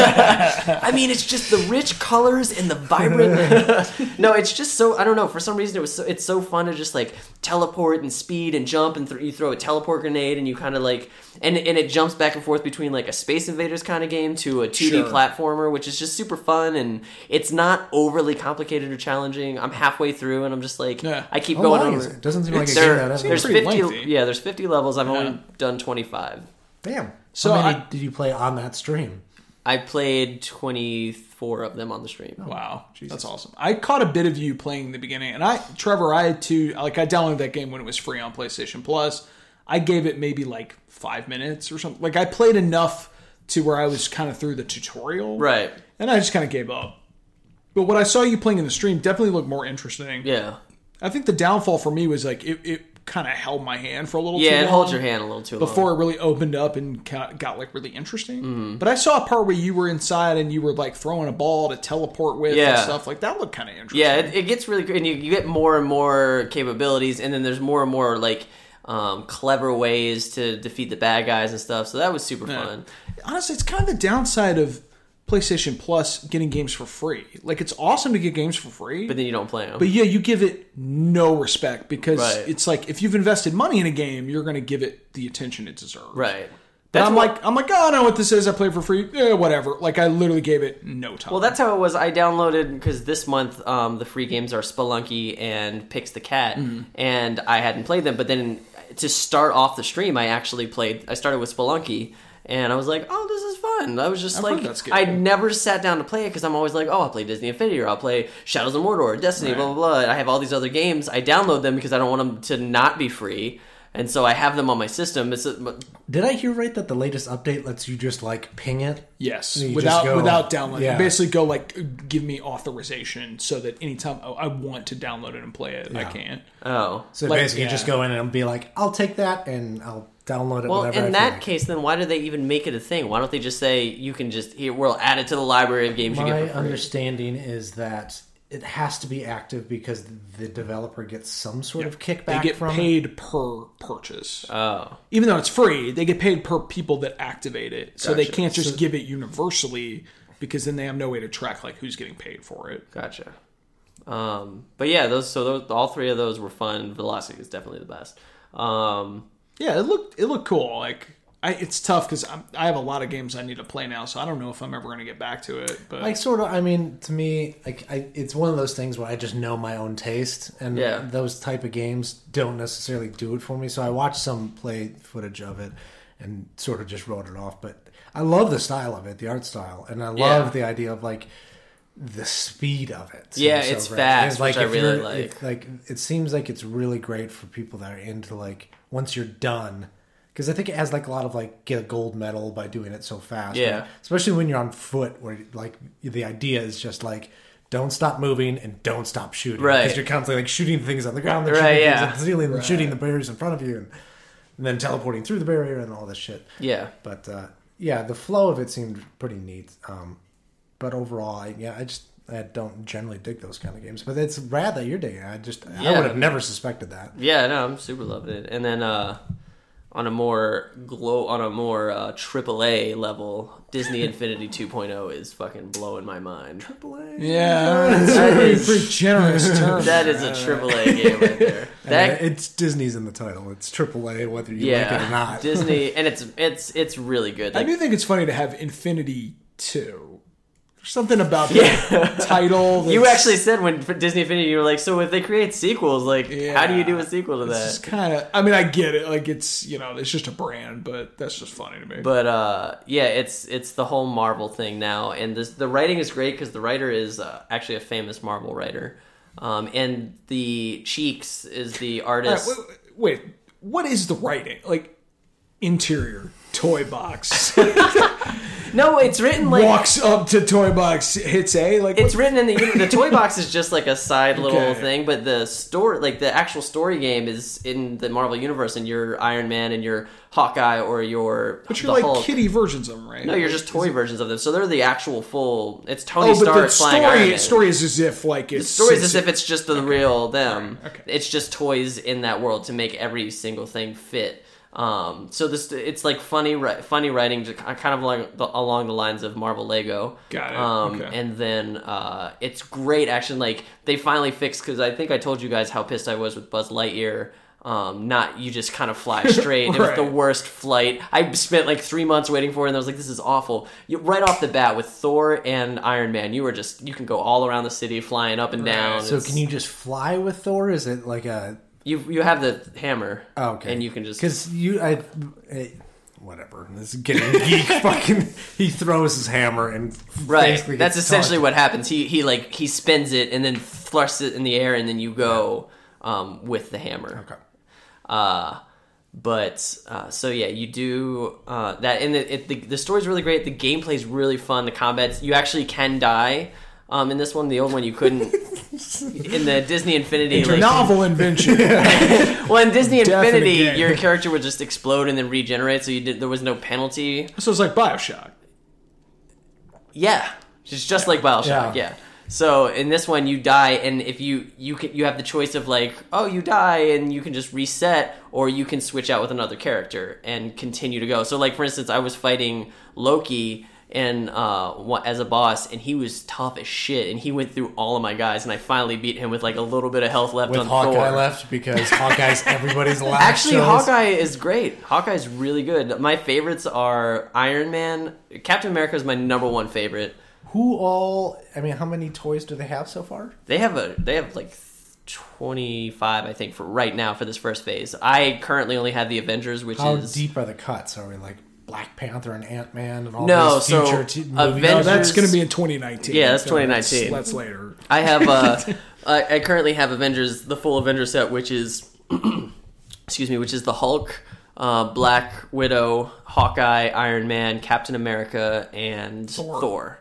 S1: I mean, it's just the rich colors and the vibrant. no, it's just so I don't know. For some reason, it was so, it's so fun to just like teleport and speed and jump and th- you throw a teleport grenade and you kind of like and and it jumps back and forth between like a Space Invaders kind of game to a 2D
S3: Sure.
S1: platformer, which is just super fun and it's not overly complicated or challenging. I'm halfway through and I'm just like
S3: Yeah.
S1: I keep
S2: How
S1: going
S2: long
S1: over.
S2: is it? Doesn't seem like
S1: It's-
S2: a game
S1: there-
S2: that ever-
S1: there's
S3: Pretty
S1: 50
S3: lengthy.
S1: yeah there's 50 levels. I've only done 25.
S2: Damn.
S3: So
S2: So How many
S3: I-
S2: did you play on that stream?
S1: I played 24 of them on the stream.
S3: Wow, that's awesome. I caught a bit of you playing in the beginning, and I, Trevor, I had to like I downloaded that game when it was free on PlayStation Plus. I gave it maybe like five minutes or something. Like I played enough to where I was kind of through the tutorial,
S1: Right.
S3: And I just kind of gave up. But what I saw you playing in the stream definitely looked more interesting.
S1: Yeah.
S3: I think the downfall for me was like it, it kind of held my hand for a little. too
S1: Yeah, it
S3: long
S1: holds your hand a little too long.
S3: before it really opened up and ca- got like really interesting.
S1: Mm-hmm.
S3: But I saw a part where you were inside and you were like throwing a ball to teleport with and
S1: Yeah.
S3: stuff like that looked kind of interesting.
S1: Yeah, it, it gets really great, and you, you get more and more capabilities, and then there's more and more like um, clever ways to defeat the bad guys and stuff. So that was super fun.
S3: honestly, it's kind of the downside of PlayStation Plus getting games for free. Like it's awesome to get games for free,
S1: But
S3: but,
S1: then you don't play them.
S3: yeah, you give it no respect because
S1: Right.
S3: it's like if you've invested money in a game, you're going to give it the attention it deserves.
S1: right.
S3: But
S1: That's
S3: I'm
S1: what-
S3: like, I'm like, oh, I know what this is. I played for free. Eh, whatever. Like, I literally gave it no time.
S1: Well, that's how it was. I downloaded because this month um, the free games are Spelunky and Pix the Cat,
S3: Mm-hmm.
S1: and I hadn't played them. But then to start off the stream, I actually played. I started with Spelunky, and I was like, "Oh, this is fun." I was just
S3: heard
S1: like,
S3: that's good.
S1: I never sat down to play it because I'm always like, "Oh, I'll play Disney Infinity or I'll play Shadows of Mordor, Destiny, blah blah blah." And I have all these other games. I download them because I don't want them to not be free. And so I have them on my system. It's a,
S2: Did I hear right that the latest update lets you just like ping it?
S3: Yes,
S2: you
S3: without
S2: just go-
S3: without downloading.
S2: Yeah.
S3: Basically, go like give me authorization so that anytime oh, I- I want to download it and play it, I can.
S1: oh,
S2: So
S3: Like,
S2: basically,
S3: yeah.
S2: you just go in and be like, "I'll take that and I'll download it."
S1: Well,
S2: whenever I
S1: in
S2: feel
S1: that
S2: like.
S1: case, then why do they even make it a thing? Why don't they just say you can just here we'll add it to the library of games you
S2: My
S1: get for free?
S2: understanding is that it has to be active because the developer gets some sort of
S3: They
S2: kickback
S3: get
S2: from it.
S3: paid per purchase,
S1: oh,
S3: even though it's free. They get paid per people that activate it, so they
S1: Gotcha.
S3: can't just give it universally because then they have no way to track like who's getting paid for it.
S1: gotcha. Um, but yeah, those so those all three of those were fun. Velocity is definitely the best. Um,
S3: Yeah, it looked it looked cool. Like I, it's tough because I have a lot of games I need to play now, so I don't know if I'm ever going to get back to it. But
S2: Like sort of. I mean, to me, like I, it's one of those things where I just know my own taste, and
S1: Yeah.
S2: those type of games don't necessarily do it for me. So I watched some play footage of it, and sort of just wrote it off. But I love the style of it, the art style, and I love
S1: Yeah.
S2: the idea of like the speed of it.
S1: Yeah,
S2: So
S1: it's
S2: great.
S1: fast,
S2: It's
S1: which I
S2: if
S1: really
S2: you're-
S1: like.
S2: if, like it seems like it's really great for people that are into like once you're done. Because I think it has like a lot of like get a gold medal by doing it so fast.
S1: Yeah.
S2: Especially when you're on foot, where like the idea is just like don't stop moving and don't stop shooting.
S1: Right.
S2: Because you're constantly like shooting things on the ground, then
S1: Right,
S2: shooting
S1: yeah.
S2: things at the ceiling, then shooting the barriers in front of you, and, and then teleporting through the barrier and all this shit.
S1: Yeah.
S2: But uh, yeah, the flow of it seemed pretty neat. Um, but overall, I, yeah, I just I don't generally dig those kind of games. But it's rad that you're digging. it. I just I
S1: Yeah.
S2: would have never suspected that.
S1: Yeah, no, I'm super loving it. And then uh, on a more glow, on a more uh, AAA level, Disney Infinity 2.0 is fucking blowing my mind.
S3: yeah, that's a
S1: That
S3: pretty,
S1: is-
S3: pretty generous term.
S1: That is a AAA game right there.
S2: And
S1: That
S2: it's Disney's in the title. It's AAA, whether you like it or
S1: yeah,
S2: not.
S1: Disney, and it's it's it's really good.
S3: I
S1: Like,
S3: do think it's funny to have Infinity Two. There's something about the title.
S1: you
S3: that's-
S1: actually said when for Disney Infinity, you were like, so if they create sequels, like, how do you do a sequel to
S3: It's
S1: that?
S3: just kind of. I mean, I get it. Like it's you know, it's just a brand, but that's just funny to me.
S1: But uh, yeah, it's it's the whole Marvel thing now, and this, the writing is great because the writer is uh, actually a famous Marvel writer, um, and the Cheeks is the
S3: All
S1: artist.
S3: right, wait, wait, wait. what is the writing? Like interior toy box
S1: no, it's written like
S3: walks up to toy box, hits a like.
S1: it's written in the the toy box is just like a side little
S3: Okay.
S1: thing, but the story, like the actual story game, is in the Marvel universe, and you're Iron Man and you're Hawkeye or your
S3: but
S1: the
S3: you're like
S1: Hulk.
S3: kitty versions of them, right?
S1: no, you're just toy versions of them. So they're the actual full. It's Tony
S3: Oh, but
S1: Stark
S3: the
S1: flying Iron
S3: story
S1: Man.
S3: story is as if like it's
S1: stories as if it's just the real them.
S3: Alright, okay.
S1: It's just toys in that world to make every single thing fit. Um, so this it's like funny wri- funny writing, just ki- kind of like the, along the lines of Marvel Lego.
S3: Got it,
S1: Um,
S3: okay.
S1: And then uh, it's great action. Like they finally fixed because I think I told you guys how pissed I was with Buzz Lightyear. Um, not you just kind of fly straight. It was the
S3: Right.
S1: worst flight. I spent like three months waiting for it, and I was like, "This is awful." You, right off the bat with Thor and Iron Man, you were just you can go all around the city, flying up and down.
S2: So
S1: It's-
S2: can you just fly with Thor? Is it like a
S1: you you have the hammer?
S2: Oh, okay.
S1: and you can just
S2: because you I, I whatever. This is getting geek. fucking, he throws his hammer and
S1: right.
S2: basically
S1: That's
S2: gets
S1: essentially
S2: tossed.
S1: what happens. He he like he spins it and then thrusts it in the air, and then you go um, with the hammer.
S2: Okay.
S1: Uh, but uh, so yeah, you do uh, that, and the, it, the the story's really great. The gameplay's really fun. The combats you actually can die. Um, in this one, the old one you couldn't. in the Disney Infinity, like,
S3: novel invention.
S1: well, in Disney
S3: Definite
S1: Infinity,
S3: game.
S1: your character would just explode and then regenerate, so you did, there was no penalty.
S3: So it's like Bioshock.
S1: Yeah, it's just like Bioshock. Yeah.
S2: Yeah.
S1: So in this one, you die, and if you you can you have the choice of like, oh, you die, and you can just reset, or you can switch out with another character and continue to go. So like for instance, I was fighting Loki and uh one- as a boss and he was tough as shit and he went through all of my guys and i finally beat him with like a little bit of health left
S2: with
S1: on
S2: Hawkeye
S1: Thor.
S2: left because Hawkeye's everybody's last.
S1: Actually,
S2: shows.
S1: Hawkeye is great. Hawkeye's really good. My favorites are Iron Man. Captain America is my number one favorite.
S2: Who all? I mean, how many toys do they have so far?
S1: They have a they have like twenty five, I think, for right now for this first phase. I currently only have the Avengers, which
S2: How
S1: is
S2: deep are the cuts? Are we like Black Panther and Ant Man and all
S1: No,
S2: these
S1: so
S2: future t- movies?
S1: Aven-
S3: No, that's
S1: Avengers-
S3: going to be in 2019.
S1: Yeah, that's
S3: So
S1: 2019.
S3: That's, later.
S1: I have uh, I, I currently have Avengers the full Avengers set, which is excuse me, which is the Hulk, uh, Black Widow, Hawkeye, Iron Man, Captain America, and Thor.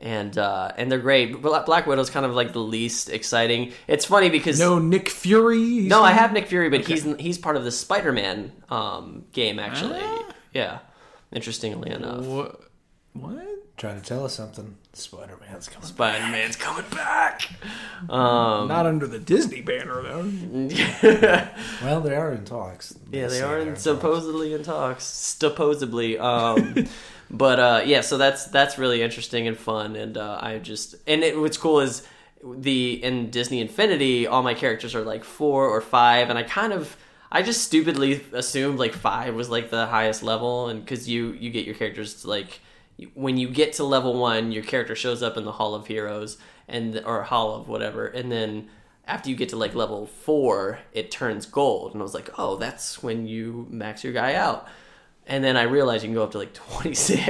S1: And uh, and they're great. Bla- Black Widow's kind of like the least exciting. It's funny because
S3: No Nick Fury. he's
S1: No, I
S3: in-
S1: have Nick Fury, but he's he's part of the Spider-Man um, game actually. Yeah, interestingly enough,
S3: What? What?
S2: Trying to tell us something. Spider Man's coming.
S1: Spider-Man's coming back. Um,
S3: Not under the Disney banner though.
S2: Well, they are in talks.
S1: Yeah, they
S2: say
S1: are
S2: they're
S1: in,
S2: talks.
S1: supposedly in talks. Supposedly, um, but uh, yeah. So that's that's really interesting and fun, and uh, I just and it, what's cool is the in Disney Infinity, all my characters are like four or five, and I kind of I just stupidly assumed like five was like the highest level, and because you you get your characters to like you- when you get to level one, your character shows up in the Hall of Heroes and or Hall of whatever, and then after you get to like level four, it turns gold, and I was like, oh, that's when you max your guy out. And then I realized you can go up to like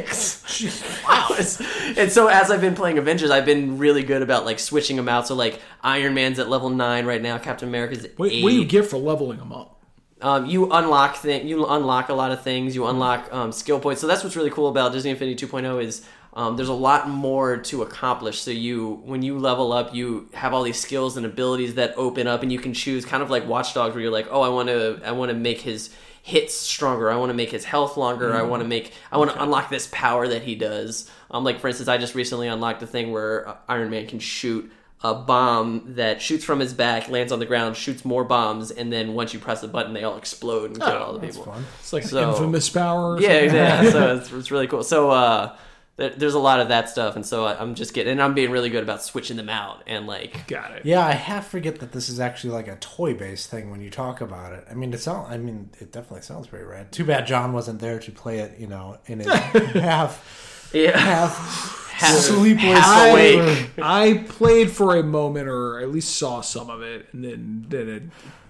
S1: 26. wow. It's- and so as I've been playing Avengers, I've been really good about like switching them out. So like Iron Man's at level 9 right now, Captain America's at
S3: What,
S1: 8.
S3: what do you get for leveling them up?
S1: Um, you unlock thing. You unlock a lot of things. You unlock um, skill points. So that's what's really cool about Disney Infinity 2.0 is um, there's a lot more to accomplish. So you, when you level up, you have all these skills and abilities that open up, and you can choose kind of like Watch Dogs, where you're like, oh, I want to, I want to make his hits stronger. I want to make his health longer. I want to make, I want to unlock this power that he does. Um, like for instance, I just recently unlocked a thing where uh, Iron Man can shoot a bomb that shoots from his back, lands on the ground, shoots more bombs, and then once you press a button, they all explode and kill
S3: Oh,
S1: all the people.
S3: It's like
S1: So-
S3: infamous power. or
S1: Yeah,
S3: something.
S1: exactly. so it's, it's really cool. So uh, there, there's a lot of that stuff, and so I, I'm just getting, and I'm being really good about switching them out and like.
S3: Got it.
S2: Yeah, I half forget that this is actually like a toy based thing when you talk about it. I mean, it sound, I mean, it definitely sounds pretty rad. Too bad John wasn't there to play it, you know, in his half
S1: Yeah,
S2: half
S1: half,
S2: sleepless
S1: half awake.
S3: I played for a moment, or at least saw some of it, and then then it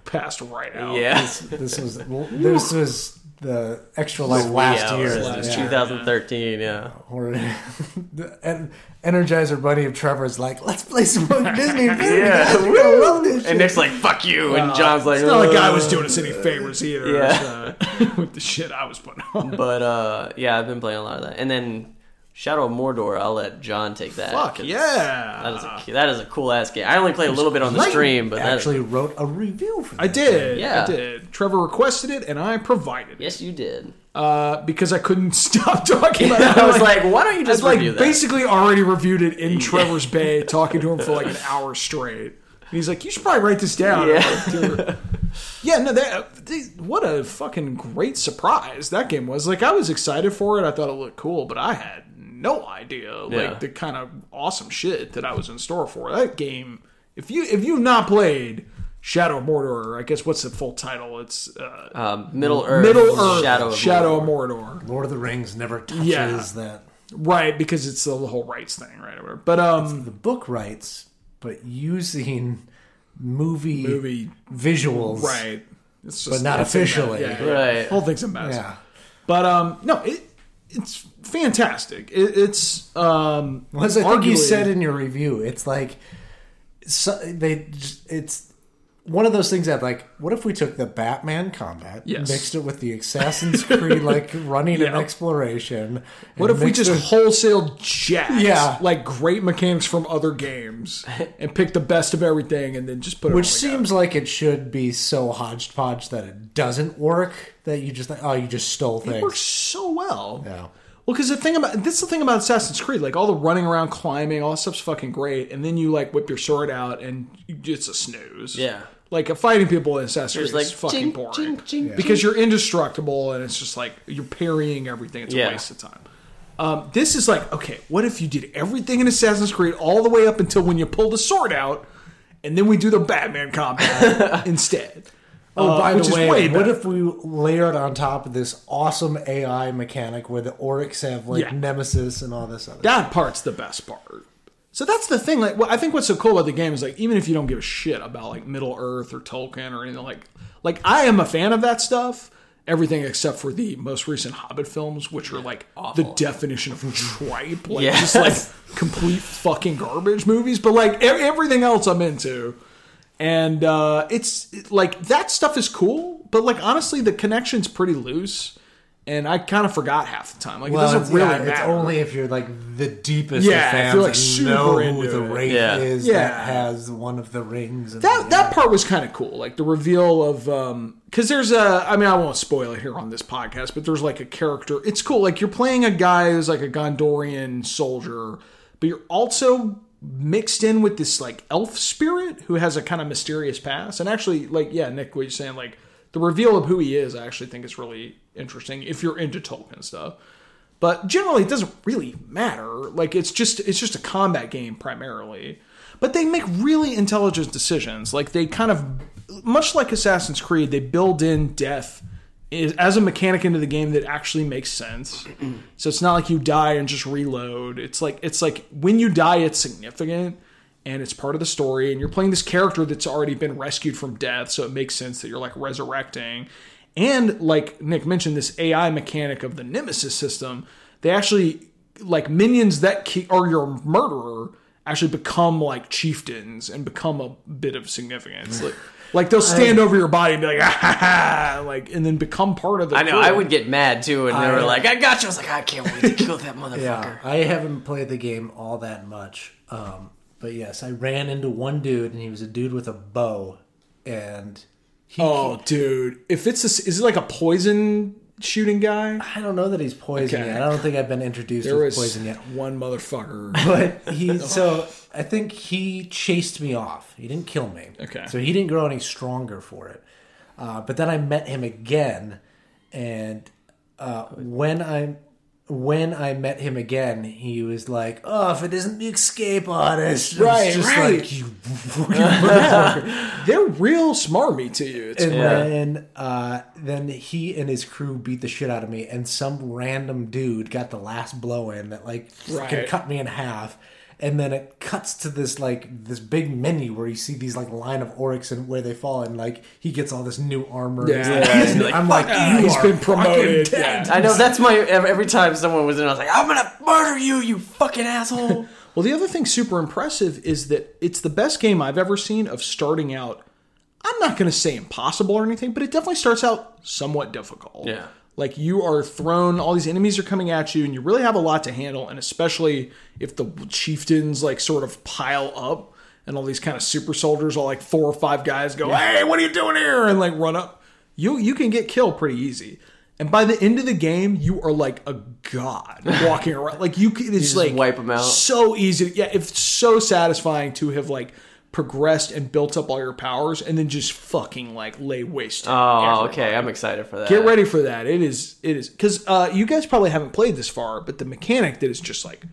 S3: passed right out.
S1: Yeah,
S2: This was this was the extra life
S1: Yeah,
S2: last
S1: it
S2: year.
S1: was
S3: last
S2: Yeah.
S3: year.
S1: 2013. Yeah.
S2: Or- the En- Energizer Bunny of Trevor's like, let's play some more Disney. yeah, we're gonna love this.
S1: and
S2: shit."
S1: Nick's like, "Fuck you," and John's like,
S3: Uh, it's not like I
S1: "Ugh."
S3: was doing us any favors either.
S1: Yeah.
S3: so- with the shit I was putting on.
S1: But uh, yeah, I've been playing a lot of that. And then Shadow of Mordor, I'll let John take that.
S3: Fuck
S1: 'cause That is,
S3: yeah!
S1: a, that is a cool ass game. I only played a little bit on the
S2: Clayton
S1: stream, but that is-
S2: actually wrote a review for that.
S3: I did.
S1: Yeah.
S3: I did. Trevor requested it, and I provided it
S1: yes, you did.
S3: uh, because I couldn't stop talking about it.
S1: I was like, why don't you
S3: I'd
S1: just
S3: like
S1: review that?
S3: basically already reviewed it in Trevor's Bay, talking to him for like an hour straight. And he's like, "You should probably write this down." I'm
S1: Yeah.
S3: like, "Dude." yeah. No, that they, what a fucking great surprise that game was. Like, I was excited for it. I thought it looked cool, but I had no idea like
S1: Yeah.
S3: the kind of awesome shit that I was in store for. That game. If you if you've not played Shadow of Mordor, or I guess what's the full title? It's uh,
S1: um, Middle Earth,
S3: Middle Earth
S1: Shadow of Mordor.
S3: Mordor.
S2: Lord of the Rings never touches
S3: Yeah.
S2: that.
S3: Right, because it's the whole rights thing, right? Or whatever. But um,
S2: The book rights, but using movie,
S3: movie,
S2: visuals.
S3: right? It's just
S2: But not
S3: it's a mess.
S2: officially.
S3: yeah,
S1: Right.
S3: Whole thing's a mess.
S2: Yeah.
S3: But um, no, it it's fantastic. It, it's um,
S2: As I think you
S3: arguably-
S2: said in your review, it's like so, they. just- It's one of those things that like, what if we took the Batman combat,
S3: Yes.
S2: mixed it with the Assassin's Creed like running and
S3: Yeah.
S2: exploration? and
S3: What if we
S2: mixed
S3: just
S2: it-
S3: wholesale jacked
S2: Yeah.
S3: like great mechanics from other games and pick the best of everything and then just put it
S2: Which
S3: all together?
S2: seems like it should be so hodgepodge that it doesn't work. That you just think, oh, you just stole things.
S3: works so well.
S2: Yeah.
S3: Well, because the thing about this is the thing about Assassin's Creed, like all the running around, climbing, all that stuff's fucking great, and then you like whip your sword out and you- it's a snooze.
S1: Yeah.
S3: Like a fighting people in Assassin's
S1: There's
S3: Creed
S1: like
S3: is fucking
S1: ching,
S3: boring
S1: ching, ching, ching.
S3: because you're indestructible and it's just like you're parrying everything. It's
S1: Yeah.
S3: a waste of time. Um, this is like okay, what if you did everything in Assassin's Creed all the way up until when you pull the sword out, and then we do the Batman combat instead?
S2: Oh, by
S3: Uh, which
S2: the
S3: is
S2: way,
S3: way
S2: what
S3: better.
S2: if we layered on top of this awesome AI mechanic where the Oryx have like
S3: Yeah.
S2: nemesis and all this other?
S3: that part's the best part. So that's the thing. Like, well, I think what's so cool about the game is like, even if you don't give a shit about like Middle Earth or Tolkien or anything, like, like I am a fan of that stuff. Everything except for the most recent Hobbit films, which are like the definition of tripe, like
S1: Yeah.
S3: just like complete fucking garbage movies. But like e- everything else, I'm into, and uh, it's it- like that stuff is cool. But like honestly, the connection's pretty loose, and I kind of forgot half the time. Like it
S2: it's,
S3: doesn't really
S2: yeah,
S3: matter.
S2: it's only if you're like the deepest
S3: Yeah,
S2: of
S3: if
S2: fans
S3: you're, like,
S2: and
S3: super
S2: know who
S3: into
S2: the
S3: it.
S2: wraith
S1: Yeah.
S2: is
S3: Yeah.
S2: that has one of the rings. And
S3: that that part was kind of cool like the reveal of um because there's a i mean i won't spoil it here on this podcast but there's like a character it's cool like you're playing a guy who's like a gondorian soldier but you're also mixed in with this like elf spirit who has a kind of mysterious past and actually like yeah nick what you're saying like the reveal of who he is i actually think is really interesting if you're into tolkien stuff but generally it doesn't really matter like it's just it's just a combat game primarily but they make really intelligent decisions like they kind of much like Assassin's Creed, they build in death is, as a mechanic into the game that actually makes sense. so it's not like you die and just reload. It's like it's like when you die, it's significant and it's part of the story. And you're playing this character that's already been rescued from death, so it makes sense that you're like resurrecting. And like Nick mentioned, this AI mechanic of the Nemesis system, they actually like minions that ki- are your murderer actually become like chieftains and become a bit of significance. Like, like they'll stand over your body and be like, ah, ha, ha," like, and then become part of the.
S1: I know.
S3: crew.
S1: I would get mad too, and they were like, "I got you." I was like, "I can't wait to kill that motherfucker."
S2: Yeah, I haven't played the game all that much. Um, but yes, I ran into one dude, and he was a dude with a bow, and he,
S3: Oh, dude! If it's this, is it like a poison shooting guy?
S2: I don't know that he's poison
S3: Okay.
S2: yet. I don't think I've been introduced
S3: There
S2: with
S3: was
S2: Ah, poison yet.
S3: one motherfucker.
S2: But he, so I think he chased me off. He didn't kill me.
S3: Okay.
S2: So he didn't grow any stronger for it. Uh, but then I met him again, and uh, when I when I met him again, he was like, "Oh, if it isn't the escape artist, I was
S3: Right,
S2: just
S3: right.
S2: Like, you, motherfucker."
S3: They're real smarmy to you. It's
S2: And
S1: Yeah.
S2: then, uh, then he and his crew beat the shit out of me, and some random dude got the last blow in that like fucking
S3: Right.
S2: cut me in half. And then it cuts to this like this big menu where you see these like line of orcs and where they fall, and like he gets all this new armor. and
S3: Yeah.
S2: stuff.
S1: Yeah, and you're like,
S2: I'm like,
S3: "Fuck you,
S2: you
S3: he's
S2: are
S3: been
S2: fucking
S3: promoted."
S2: dead."
S3: Yeah.
S1: I know that's my ev- every time someone was in, I was like, "I'm gonna murder you, you fucking asshole."
S3: Well, the other thing super impressive is that it's the best game I've ever seen of starting out. I'm not going to say impossible or anything, but it definitely starts out somewhat difficult.
S1: Yeah.
S3: Like you are thrown, all these enemies are coming at you, and you really have a lot to handle. And especially if the chieftains like sort of pile up, and all these kind of super soldiers, all like four or five guys, go, "Hey, what are you doing here?" and like run up. You you can get killed pretty easy. And by the end of the game, you are like a god walking around. Like you, c- it's like
S1: wipe 'em out.
S3: so easy. Yeah, it's so satisfying to have like progressed and built up all your powers and then just fucking like lay waste. to
S1: Oh,
S3: everyone.
S1: okay. I'm excited for that.
S3: Get ready for that. It is it is cuz uh you guys probably haven't played this far, but the mechanic that is just like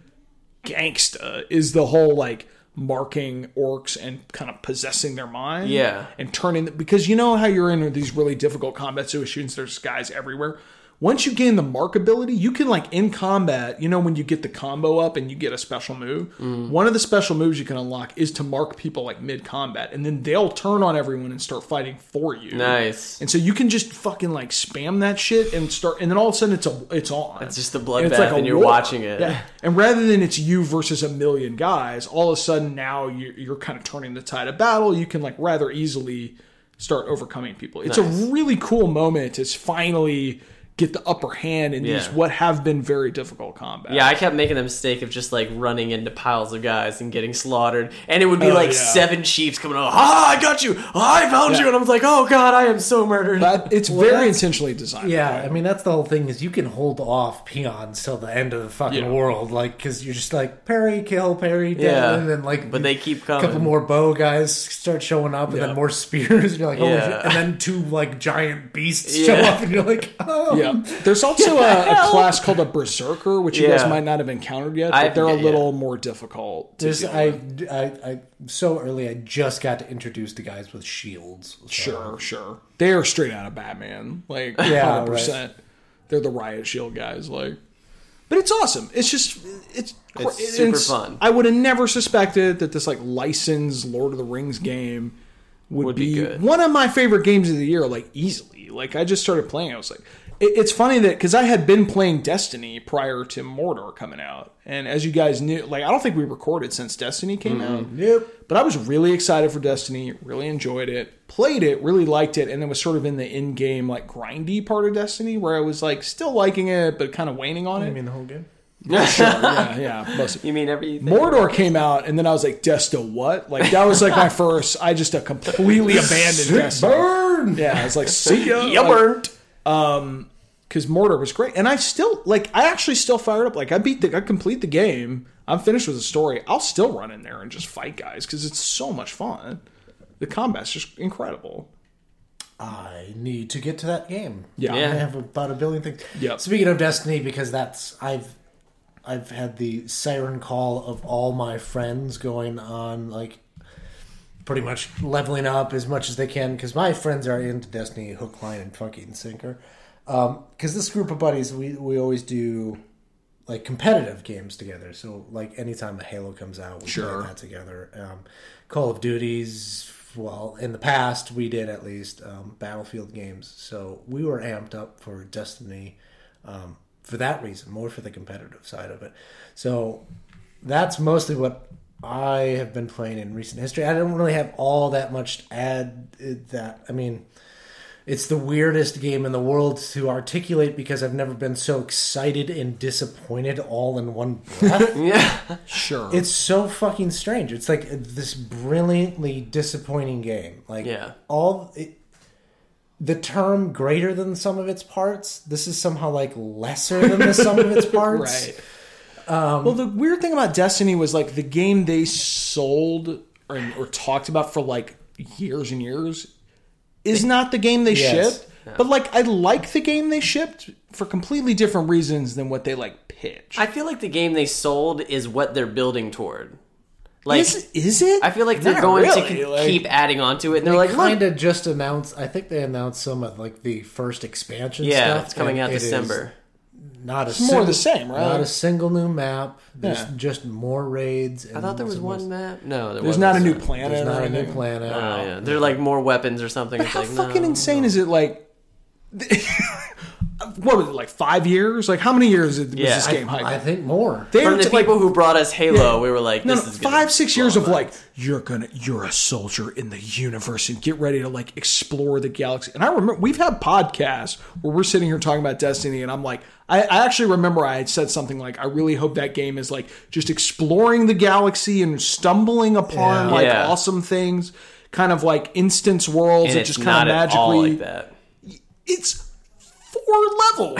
S3: gangsta is the whole like marking orcs and kind of possessing their mind
S1: Yeah.
S3: and turning because you know how you're in these really difficult combat situations there's guys everywhere once you gain the mark ability you can like in combat you know when you get the combo up and you get a special move
S1: Mm.
S3: one of the special moves you can unlock is to mark people like mid combat and then they'll turn on everyone and start fighting for you
S1: Nice.
S3: and so you can just fucking like spam that shit and start, and then all of a sudden it's a it's on. It's
S1: just the bloodbath and you're watching it.
S3: Yeah. And rather than it's you versus a million guys, all of a sudden now you, you're kind of turning the tide of battle. You can like rather easily start overcoming people. It's a really cool moment. It's finally get the upper hand in these
S1: Yeah.
S3: what have been very difficult combat.
S1: Yeah, I kept making the mistake of just like running into piles of guys and getting slaughtered, and it would be
S3: Oh,
S1: like
S3: yeah.
S1: seven chiefs coming out. Ah, I got you! Ah, I found you! And I was like, oh god, I am so murdered.
S3: But it's very
S2: that's-
S3: intentionally designed.
S2: Yeah, I mean that's the whole thing is you can hold off peons till the end of the fucking
S3: Yeah.
S2: world, like because you're just like parry, kill, parry, dead,
S1: Yeah.
S2: and then like
S1: But they keep
S2: A couple
S1: coming.
S2: more bow guys start showing up, and
S3: Yeah.
S2: then more spears. And you're like, oh,
S1: Yeah.
S2: shit. and then two like giant beasts
S1: Yeah.
S2: show up, and you're like, oh,
S3: Yeah. There's also a, a class called a berserker, which you
S1: Yeah.
S3: guys might not have encountered yet, but
S1: I-
S3: they're a
S1: yeah.
S3: little more difficult. To
S2: There's,
S3: deal
S2: I, I, I, so early. I just got to introduce the guys with shields. so-
S3: Sure, sure. They are straight out of Batman. Like,
S2: Yeah,
S3: 100%. They're the Riot Shield guys. Like, but it's awesome. It's just, it's, cr-
S1: It's super fun.
S3: I would have never suspected that this, like, licensed Lord of the Rings game would,
S1: Would be
S3: be,
S1: good.
S3: one of my favorite games of the year, like, easily. Like, I just started playing. I was like, it, it's funny that, because I had been playing Destiny prior to Mordor coming out. And as you guys knew, like, I don't think we recorded since Destiny came out.
S2: Nope.
S3: But I was really excited for Destiny, really enjoyed it, played it, really liked it, and it was sort of in the in game, like grindy part of Destiny where I was like still liking it, but kind of waning on
S2: I
S3: it.
S2: mean, the whole game.
S3: yeah, yeah, most of it.
S1: you mean everything?
S3: Mordor came out, and then I was like, Desta, what? Like, that was like my first, I just uh, completely abandoned Destiny.
S2: Burn.
S3: Yeah, I was like, see ya.
S1: You burnt.
S3: Because Mordor was great. And I still, like, I actually still fired up. Like, I beat the, I complete the game. I'm finished with the story. I'll still run in there and just fight guys because it's so much fun. The combat's just incredible.
S2: I need to get to that game.
S3: Yeah.
S2: I
S1: Yeah.
S2: have about a billion things.
S3: Yep.
S2: Speaking of Destiny, because that's I've I've had the siren call of all my friends going on like pretty much leveling up as much as they can because my friends are into Destiny hook, line, and fucking sinker. Because Um, this group of buddies, we we always do like competitive games together. So like anytime a Halo comes out, we
S3: Sure.
S2: play that together. Um, Call of Duties. Well, in the past we did at least um, Battlefield games, so we were amped up for Destiny um, for that reason, more for the competitive side of it. So that's mostly what I have been playing in recent history. I don't really have all that much to add. uh, That I mean, it's the weirdest game in the world to articulate because I've never been so excited and disappointed all in one breath.
S1: Yeah.
S3: Sure.
S2: it's so fucking strange. It's like this brilliantly disappointing game. Like
S1: Yeah.
S2: all it, the term greater than some of its parts. This is somehow like lesser than the sum of its parts.
S3: Right. well, the weird thing about Destiny was like the game they sold or, or talked about for like years and years is not the game they
S2: Yes.
S3: shipped. But like, I like the game they shipped for completely different reasons than what they like pitched.
S1: I feel like the game they sold is what they're building toward. Like,
S3: is, is it?
S1: I feel like they're
S3: Not
S1: going to
S3: really,
S1: c-
S3: like-
S1: keep adding on to it. And they're like, look,
S2: kind of just announced. I think they announced some of like the first expansion.
S1: yeah,
S2: stuff,
S1: it's coming
S2: and
S1: out
S2: it is
S1: December.
S2: Not a
S3: more the same, right?
S2: Not a single new map. There's
S3: Yeah.
S2: just more raids. And
S1: I thought there was
S2: some-
S1: one map. No, there
S3: There's not a
S1: wasn't.
S3: new planet.
S2: There's
S3: or
S2: not a new
S3: anything.
S2: planet.
S1: Oh, yeah. They're like more weapons or something. It's
S3: How
S1: like,
S3: fucking
S1: no.
S3: insane is it? Like, what was it? Like five years? Like how many years was
S1: Yeah,
S3: this
S1: I-
S3: game hype?
S2: I think more.
S3: they
S1: From
S3: were
S1: the
S3: t- like
S1: people who brought us Halo, we were like,
S3: No,
S1: this
S3: no,
S1: is gonna
S3: five, six years
S1: blow
S3: of
S1: up.
S3: like you're gonna you're a soldier in the universe and get ready to like explore the galaxy. And I remember we've had podcasts where we're sitting here talking about Destiny, and I'm like, I, I actually remember I had said something like, I really hope that game is like just exploring the galaxy and stumbling upon
S2: Yeah.
S3: like
S1: Yeah.
S3: awesome things, kind of like instance worlds
S1: and
S3: that
S1: it's
S3: just
S1: not
S3: kind of
S1: at
S3: magically.
S1: all like that.
S3: It's four levels.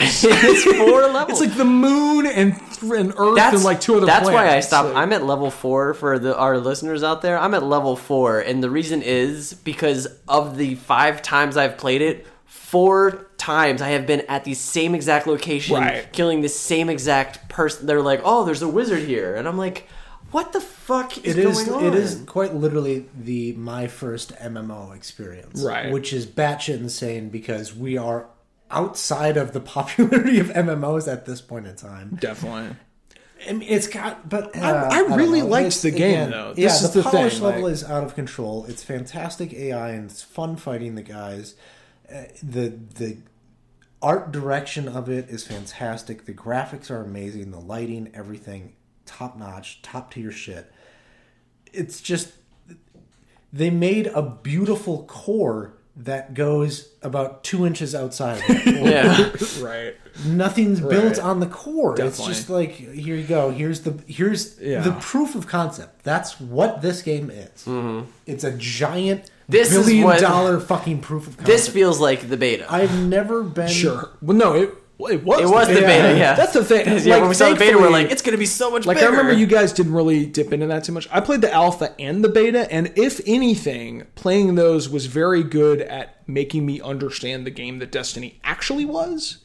S1: it's four levels.
S3: it's like the moon and and Earth and like two other.
S1: that's why I
S3: planets.
S1: stopped.
S3: Like-
S1: I'm at level four for the our listeners out there. I'm at level four, and the reason is because of the five times I've played it, four times I have been at the same exact location,
S3: Right.
S1: killing the same exact person. They're like, "Oh, there's a wizard here," and I'm like, "What the fuck is
S2: It is.
S1: going on?"
S2: It is quite literally the my first MMO experience,
S3: Right.
S2: Which is batshit insane because we are outside of the popularity of MMOs at this point in time.
S3: definitely.
S2: I mean, it's got, but uh,
S3: I
S2: don't
S3: really
S2: know.
S3: liked
S2: It's-
S3: the game, though. This
S2: yeah,
S3: is
S2: the,
S3: the
S2: polish
S3: thing,
S2: level
S3: like-
S2: is out of control. It's fantastic AI and it's fun fighting the guys. Uh, the the art direction of it is fantastic. The graphics are amazing. The lighting, everything, top notch, top tier shit. It's just they made a beautiful core that goes about two inches outside. of it.
S1: Yeah,
S3: Right.
S2: nothing's
S3: Right.
S2: built on the core. It's
S3: Definitely.
S2: just like here you go. Here's the here's
S3: Yeah.
S2: the proof of concept. That's what this game is.
S3: Mm-hmm.
S2: It's a giant
S1: This is
S2: billion
S1: what-
S2: dollar fucking proof of concept.
S1: this feels like the beta.
S2: I've never been
S3: Sure. Well, no, it it was.
S1: it was the
S2: Yeah.
S1: beta. Yeah,
S3: That's the thing.
S1: Yeah,
S3: Like,
S1: when we saw the beta, we're
S3: thankfully-
S1: like, "It's gonna be so much."
S3: Like
S1: bigger.
S3: I remember you guys didn't really dip into that too much. I played the alpha and the beta, and if anything, playing those was very good at making me understand the game that Destiny actually was.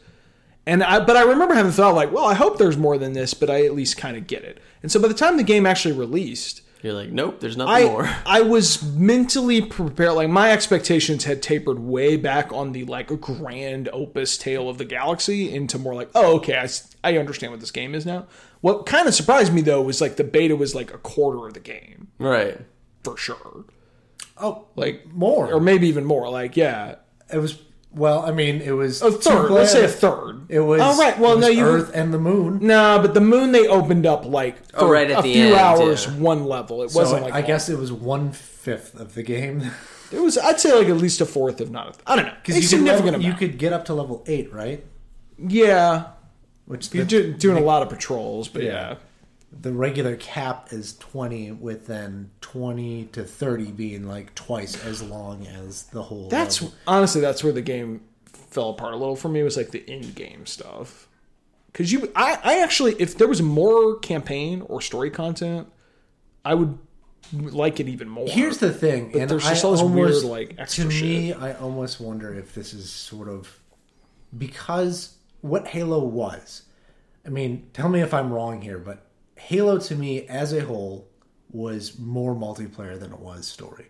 S3: And I, but I remember having thought like, well, I hope there's more than this, but I at least kind of get it. And so by the time the game actually released,
S1: You're like, "Nope, there's nothing
S3: I,
S1: more."
S3: I was mentally prepared. Like my expectations had tapered way back on the like grand opus tale of the galaxy into more like, oh, okay, I, s- I understand what this game is now. What kind of surprised me though was like the beta was like a quarter of the game
S1: Right.
S3: for sure,
S2: Oh,
S3: like
S2: more.
S3: or maybe even more. Like yeah,
S2: it was well. I mean, it was
S3: a third. Let's say a third.
S2: It was.
S3: All right. Well,
S2: it was
S3: no, you
S2: Earth and the Moon.
S3: Nah, but the moon they opened up like for
S1: Oh, right at
S3: a
S1: the
S3: few
S1: end,
S3: hours,
S1: yeah.
S3: one level. It
S2: So
S3: wasn't
S2: I,
S3: like
S2: I guess it was one fifth of the game.
S3: it was. I'd say like at least a fourth, if not a. Th- I don't know. A
S2: you could
S3: significant
S2: level-
S3: amount.
S2: You could get up to level eight, right?
S3: yeah.
S2: Which
S3: You're
S2: the-
S3: do, doing a lot of patrols, but yeah.
S2: Yeah. the regular cap is 20 with then 20 to 30 being like twice as long as the whole
S3: That's
S2: level.
S3: honestly that's where the game fell apart a little for me was like the end game stuff. Cause you, I, I actually, if there was more campaign or story content, I would like it even more.
S2: here's the thing and
S3: there's
S2: I
S3: just all this weird,
S2: almost-
S3: like, extra
S2: to me i almost wonder if this is sort of because what halo was i mean tell me if i'm wrong here but halo to me as a whole was more multiplayer than it was story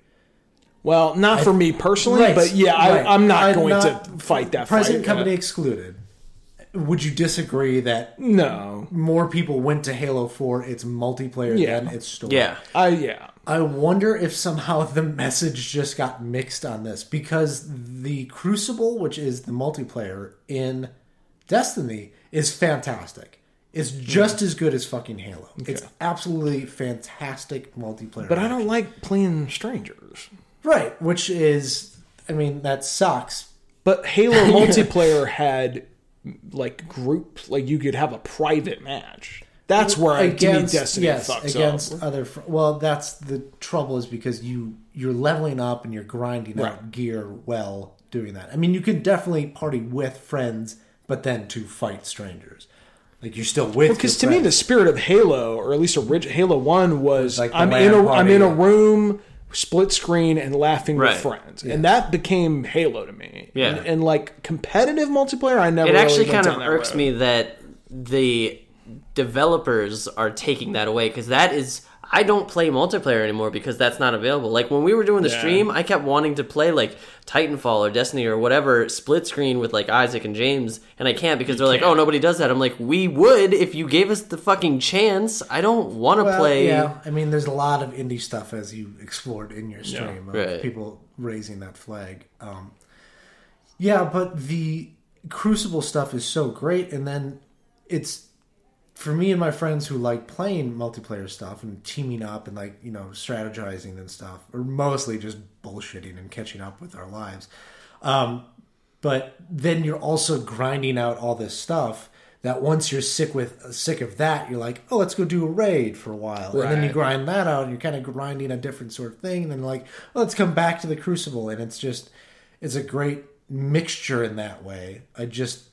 S3: Well, not for me personally,
S2: Right,
S3: but yeah,
S2: right.
S3: I, I'm not
S2: I'm
S3: going
S2: not-
S3: to fight that
S2: Present
S3: fight.
S2: company excluded. Would you disagree that
S3: No.
S2: more people went to Halo 4 its multiplayer
S3: Yeah.
S2: than its story?
S1: Yeah.
S3: I yeah.
S2: I wonder if somehow the message just got mixed on this because the Crucible, which is the multiplayer in Destiny, is fantastic. It's
S3: Hmm.
S2: just as good as fucking Halo. It's absolutely fantastic multiplayer.
S3: But I don't like playing strangers.
S2: right, which is, I mean, that sucks.
S3: But Halo multiplayer had like group, like you could have a private match. That's where I to me
S2: Against
S3: Destiny
S2: yes,
S3: fucks
S2: against
S3: up.
S2: other. Fr- well, that's the trouble is because you you're leveling up and you're grinding out
S3: Right.
S2: gear well doing that. I mean, you can definitely party with friends, but then to fight strangers, like you're still with.
S3: Because
S2: your
S3: to me,
S2: friends.
S3: the spirit of Halo, or at least orig- Halo One, was
S2: Like the
S3: I'm
S2: LAN
S3: in a
S2: party,
S3: am in a
S2: yeah.
S3: room, split screen, and laughing
S1: Right.
S3: with friends, and that became Halo to me.
S1: Yeah.
S3: and, and, like competitive multiplayer, I never.
S1: It actually
S3: really
S1: kind
S3: went
S1: of
S3: down that
S1: irks
S3: road.
S1: me that the developers are taking that away because that is. I don't play multiplayer anymore because that's not available. Like when we were doing the
S3: Yeah.
S1: stream, I kept wanting to play like Titanfall or Destiny or whatever split screen with like Isaac and James, and I can't because they're like,
S3: can't.
S1: oh, nobody does that. I'm like, we would if you gave us the fucking chance. I don't want to
S2: Well,
S1: play.
S2: Yeah, I mean, there's a lot of indie stuff as you explored in your stream of
S1: Right.
S2: people raising that flag. Um, yeah, but the Crucible stuff is so great, and then it's for me and my friends who like playing multiplayer stuff and teaming up and like you know strategizing and stuff, or mostly just bullshitting and catching up with our lives. Um, but then you're also grinding out all this stuff that once you're sick with sick of that you're like oh let's go do a raid for a while and then you
S3: Right.
S2: grind that out and you're kind of grinding a different sort of thing and then like oh, let's come back to the crucible and it's just it's a great mixture in that way i just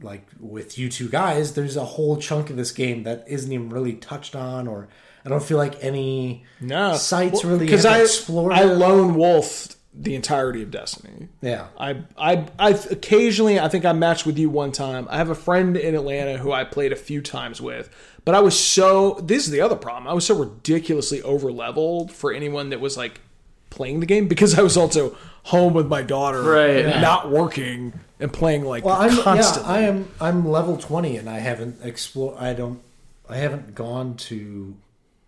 S2: like with you two guys there's a whole chunk of this game that isn't even really touched on or i don't feel like any
S3: no
S2: sites really
S3: because
S2: have
S3: I
S2: explored
S3: I
S2: it.
S3: lone wolfed the entirety of Destiny.
S2: yeah
S3: I I I occasionally I think I matched with you one time. I have a friend in Atlanta who I played a few times with, but I was so this is the other problem. I was so ridiculously over leveled for anyone that was like playing the game because I was also home with my daughter,
S1: Right.
S3: and Not working and playing like
S2: Well, I'm,
S3: constantly.
S2: Yeah, I am. I'm level twenty, and I haven't explored. I don't. I haven't gone to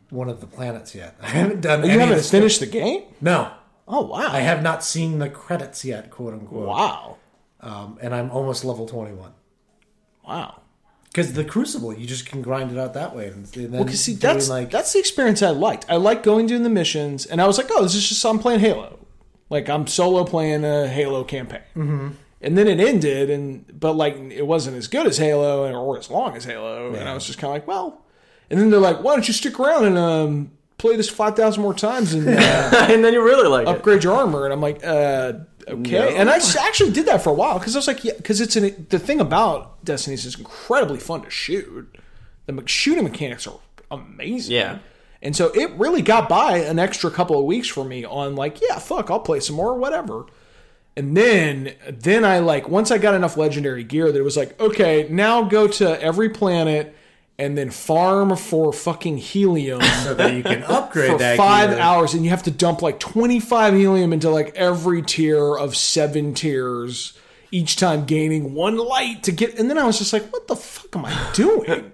S2: one of the planets yet. I haven't done.
S3: you
S2: any of
S3: haven't
S2: this-
S3: finished the game?
S2: No,
S3: Oh wow!
S2: I have not seen the credits yet, quote unquote.
S3: wow
S2: Um, and I'm almost level twenty-one.
S3: wow.
S2: Because the Crucible, you just can grind it out that way, and, and then
S3: Because see,
S2: doing,
S3: that's
S2: like
S3: that's the experience I liked. I liked going doing the missions, and I was like, oh, this is just I'm playing Halo, like I'm solo playing a Halo campaign. Mm-hmm. And then it ended, and but like it wasn't as good as Halo or as long as Halo, and I was just kind of like, well. And then they're like, why don't you stick around and um, play this five thousand more times and uh,
S1: and then you really like it.
S3: upgrade your armor? And I'm like, uh, okay.
S1: No.
S3: And I s- actually did that for a while because I was like, yeah, because it's an, the thing about Destiny is it's incredibly fun to shoot. The me- shooting mechanics are amazing.
S1: Yeah.
S3: And so it really got by an extra couple of weeks for me on like, yeah, fuck, I'll play some more, whatever. And then then I like once I got enough legendary gear that it was like, okay, now go to every planet and then farm for fucking helium
S2: so that you can upgrade
S3: for
S2: that
S3: five
S2: gear.
S3: hours and you have to dump like 25 helium into like every tier of seven tiers each time gaining one light to get and then i was just like what the fuck am i doing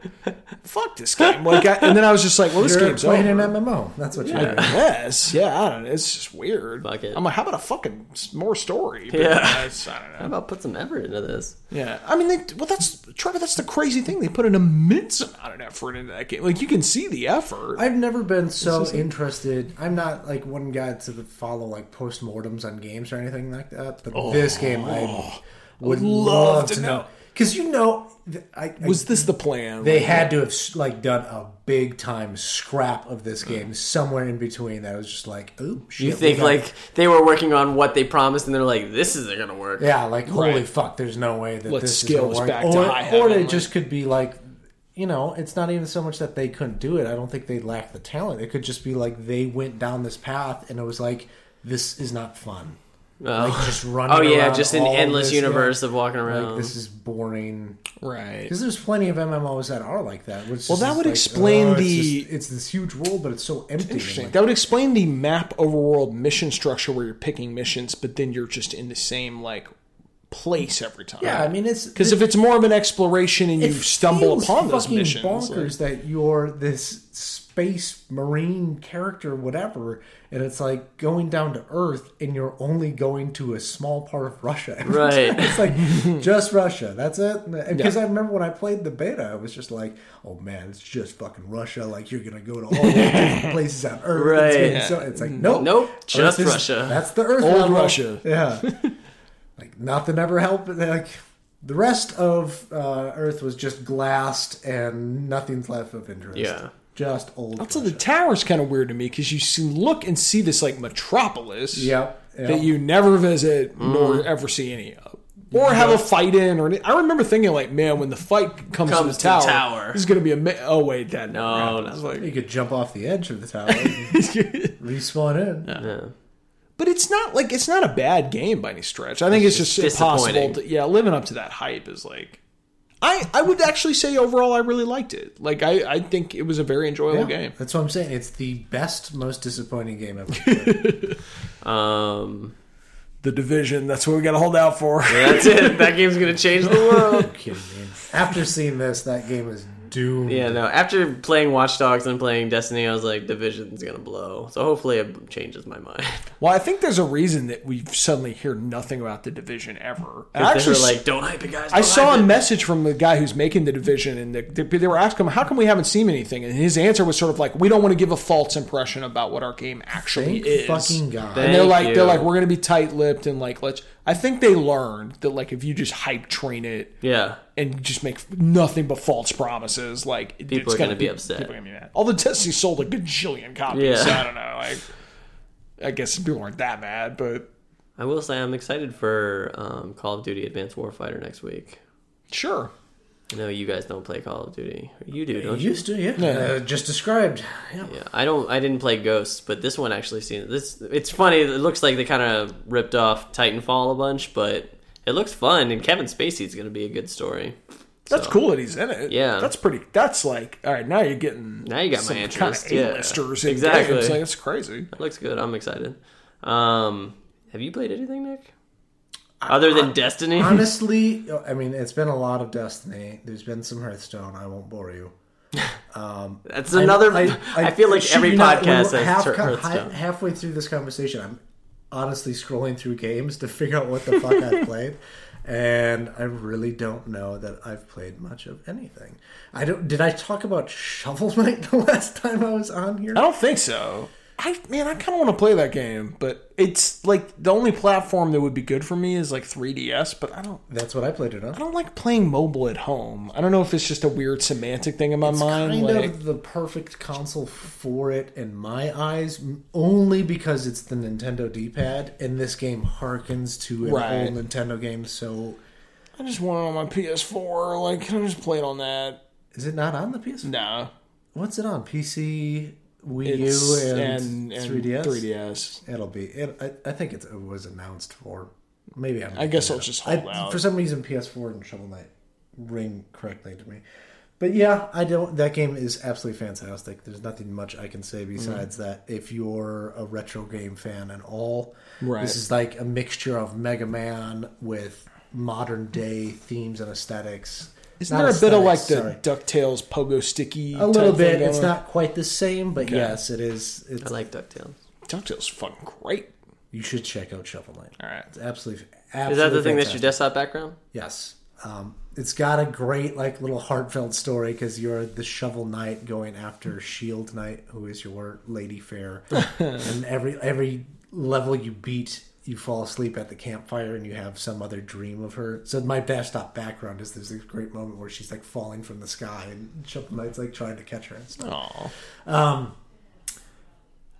S3: fuck this game like I, and then i was just like well this
S2: You're
S3: game's
S2: playing
S3: over
S2: an MMO. That's what you're
S3: I
S2: doing.
S3: guess. Yeah, I don't know. It's just weird.
S1: Fuck it.
S3: I'm like, how about a fucking s- more story? But
S1: Yeah.
S3: I, just- I don't
S1: How
S3: know.
S1: about put some effort into this?
S3: Yeah. I mean, they, well, that's, Trevor, that's the crazy thing. They put an immense amount of effort into that game. Like, you can see the effort.
S2: I've never been so interested. I'm not like one guy to the follow like postmortems on games or anything like that. But this game, I would love, to, know because you know, th- I, I-
S3: was this the plan?
S2: they had to have like done a big time scrap of this game somewhere in between that was just like, oh shit.
S1: You
S2: we
S1: think
S2: got-
S1: like they were working on what they promised, and they're like, "This isn't gonna work."
S2: yeah, like holy
S3: Right.
S2: fuck, there's no way that
S3: Let's
S2: this
S3: scale
S2: is
S3: this
S2: gonna work.
S3: back to
S2: or,
S3: high
S2: or
S3: heaven,
S2: it
S3: like-
S2: just could be like. You know, it's not even so much that they couldn't do it. I don't think they lacked the talent. It could just be like they went down this path and it was like, this is not fun. like just running.
S1: Oh yeah,
S2: around
S1: just an
S2: all
S1: endless
S2: this, yeah.
S1: universe of walking
S2: Like
S3: Uh-huh.
S1: around.
S2: this is boring.
S3: Right.
S2: Because there's plenty of MMOs that are like that. Which
S3: Well,
S2: is
S3: that
S2: just
S3: would
S2: like,
S3: explain
S2: oh, it's
S3: the-
S2: just- it's this huge world, but it's so empty.
S3: Interesting.
S2: Like,
S3: That would explain the map overworld mission structure where you're picking missions, but then you're just in the same like place every time.
S2: yeah, I mean it's
S3: because if it's more of an exploration and
S2: it
S3: you stumble
S2: feels
S3: upon those
S2: fucking
S3: missions, like-
S2: bonkers that you're this space marine character, whatever, and it's like going down to Earth, and you're only going to a small part of Russia. every
S1: Right.
S2: time. It's like just Russia. That's it. Because I remember when I played the beta, I was just like, "Oh man, it's just fucking Russia. Like you're gonna go to all the different places on Earth." It's
S1: Right.
S2: gonna be so- it's like nope,
S1: Nope, just
S2: Earth is-
S1: Russia.
S2: That's the Earth.
S3: Old
S2: level.
S3: Russia.
S2: Yeah. like nothing ever helped. Like the rest of uh, Earth was just glassed and nothing's left of interest.
S1: Yeah.
S2: Just old.
S3: So
S2: Russia.
S3: the tower's kind of weird to me because you see, look and see this like metropolis
S2: Yep.
S3: that
S2: yep.
S3: you never visit nor ever see any of, or have a fight in. Or any- I remember thinking like, man, when the fight comes,
S1: Comes
S3: to
S1: to
S3: the tower,
S1: tower.
S3: this is gonna be a. Ma- oh wait, that
S1: No,
S3: never happened.
S1: no.
S3: It's like-
S2: You could jump off the edge of the tower, and respawn in.
S1: yeah.
S3: But it's not like it's not a bad game by any stretch. I think it's,
S1: just
S3: just impossible.
S1: disappointing.
S3: To, yeah, living up to that hype is like. I, I would actually say overall I really liked it. Like I, I think it was a very enjoyable
S2: Yeah,
S3: game.
S2: That's what I'm saying. It's the best, most disappointing game ever.
S1: Um,
S3: The division, that's what we gotta hold out for.
S1: that's it. That game's gonna change the world.
S2: Kidding me. After seeing this, that game is doomed.
S1: Yeah, no. After playing Watch Dogs and playing Destiny, I was like, Division's gonna blow. So hopefully, it changes my mind.
S3: Well, I think there's a reason that we suddenly hear nothing about the division ever. And I
S1: They were
S3: actually,
S1: like, "Oh, don't hype it, guys.
S3: I
S1: don't
S3: saw
S1: hype
S3: a
S1: it."
S3: message from the guy who's making the division, and the, they, they were asking him, "How come we haven't seen anything?" And his answer was sort of like, "We don't want to give a false impression about what our game actually
S2: Thank
S3: is."
S2: fucking God.
S1: Thank
S3: and they're like
S1: you.
S3: they're like we're gonna be tight lipped and like let's I think they learned that like if you just hype train it
S1: Yeah,
S3: and just make nothing but false promises like it-
S1: People
S3: it's
S1: are gonna
S3: gonna
S1: be upset.
S3: People are gonna be mad. Although Destiny sold a gajillion copies,
S1: Yeah.
S3: so I don't know. Like I guess people weren't that mad, but
S1: I will say I'm excited for um, Call of Duty: Advanced Warfighter next week.
S3: sure.
S1: I know you guys don't play Call of Duty. You do,
S2: You
S1: don't you?
S2: used to, yeah. Uh, just described. Yeah.
S1: Yeah, I don't. I didn't play Ghosts, but this one actually seems this. It's funny. It looks like they kind of ripped off Titanfall a bunch, but it looks fun. And Kevin Spacey's going to be a good story.
S3: That's cool that he's in it.
S1: Yeah.
S3: that's pretty. That's like all right. Now you're getting
S1: Now you got my
S3: some
S1: interest,
S3: Kind
S1: yeah.
S3: of listers
S1: Exactly.
S3: Games. Like, that's crazy.
S1: It looks good. I'm excited. Um, have you played anything, Nick? Other than Destiny?
S2: Honestly, I mean, it's been a lot of Destiny. There's been some Hearthstone. I won't bore you.
S1: That's another. I, feel like
S2: should
S1: every
S2: you not- when
S1: podcast
S2: we're
S1: has
S2: half-
S1: tur-
S2: hi-
S1: Hearthstone.
S2: halfway through this conversation, I'm honestly scrolling through games to figure out what the fuck I've played, and I really don't know that I've played much of anything. I don't. Did I talk about Shovel Knight the last time I was on here?
S3: I don't think so. I man, I kind of want to play that game, but it's like the only platform that would be good for me is like 3DS. But I don't.
S2: That's what I played it on.
S3: I don't like playing mobile at home. I don't know if it's just a weird semantic thing in my mind.
S2: kind
S3: like,
S2: of the perfect console for it in my eyes, m- only because it's the Nintendo D-pad, and this game harkens to an
S3: Right.
S2: old Nintendo game. So,
S3: I just want it on my PS4. Like, can I just play it on that?
S2: is it not on the PS?
S3: No,
S2: What's it on? PC, Wii
S3: It's-
S2: U,
S3: and,
S2: and, 3DS.
S3: 3DS.
S2: It'll be. It, I, I think it's, it was announced for. Maybe I'm.
S3: I guess I'll just hold
S2: I,
S3: out.
S2: for some reason, PS4 and Shovel Knight ring correctly to me. But yeah, I don't. That game is absolutely fantastic. There's nothing much I can
S3: Mm-hmm.
S2: say besides that. If you're a retro game fan at all,
S3: Right.
S2: this is like a mixture of Mega Man with modern day themes and aesthetics.
S3: Isn't
S2: Not
S3: there a bit of like
S2: aesthetics,
S3: the
S2: sorry.
S3: Ducktales pogo sticky?
S2: a little bit? It's not quite the same, but yes, it is.
S1: I
S2: It's,
S1: like Ducktales.
S3: Ducktales. Fucking great.
S2: you should check out Shovel Knight.
S3: All right.
S2: It's absolutely,
S1: Is
S2: absolutely
S1: that the thing that's
S2: fantastic.
S1: your desktop background?
S2: Yes. Um, it's got a great, like, little heartfelt story because you're the Shovel Knight going after Shield Knight, who is your lady fair, and every every level you beat, you fall asleep at the campfire and you have some other dream of her. So my desktop background is there's this great moment where she's like falling from the sky and Shovel Knight's like trying to catch her and stuff.
S3: Aw.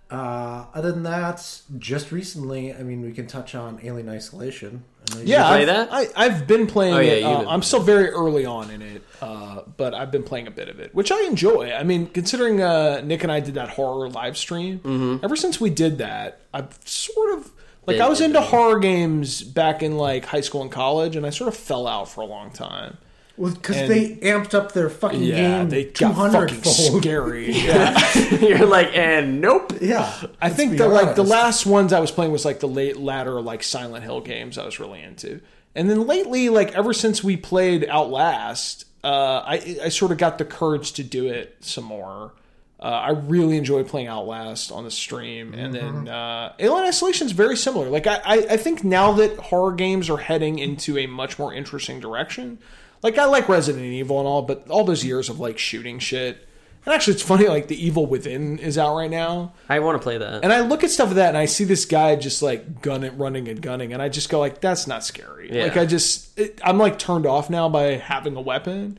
S2: Uh, other than that, just recently, I mean, we can touch on Alien Isolation. I know you-
S3: Yeah,
S1: play
S3: I've,
S1: that?
S3: I, I've been playing
S1: Oh, yeah,
S3: it.
S1: you
S3: uh,
S1: did.
S3: I'm still very early on in it, uh, but I've been playing a bit of it, which I enjoy. I mean, considering
S1: Mm-hmm.
S3: uh, Nick and I did that horror live stream, ever since we did that, I've sort of Like
S1: They-
S3: I was
S1: they-
S3: into horror games back in like high school and college, and I sort of fell out for a long time.
S2: Well, because
S3: And-
S2: they amped up their fucking
S3: Yeah,
S2: game
S3: they
S2: two
S3: got
S2: hundred
S3: fucking
S2: fold.
S3: scary. Yeah.
S1: You're like, and nope.
S2: Yeah,
S3: I
S2: let's
S3: think
S2: be
S3: that like the
S2: honest.
S3: last ones I was playing was like the late latter like Silent Hill games I was really into, and then lately like ever since we played Outlast, uh, I I sort of got the courage to do it some more. Uh, I really enjoy playing Outlast on the stream, and
S2: Mm-hmm.
S3: then uh, Alien Isolation is very similar. Like I, I I think now that horror games are heading into a much more interesting direction. Like I like Resident Evil and all, but all those years of like shooting shit. And actually, it's funny. Like the Evil Within is out right now,
S1: I want to play that.
S3: and I look at stuff like that, and I see this guy just like gunning, running and gunning, and I just go like, "That's not scary."
S1: Yeah.
S3: Like I just, it, I'm like turned off now by having a weapon.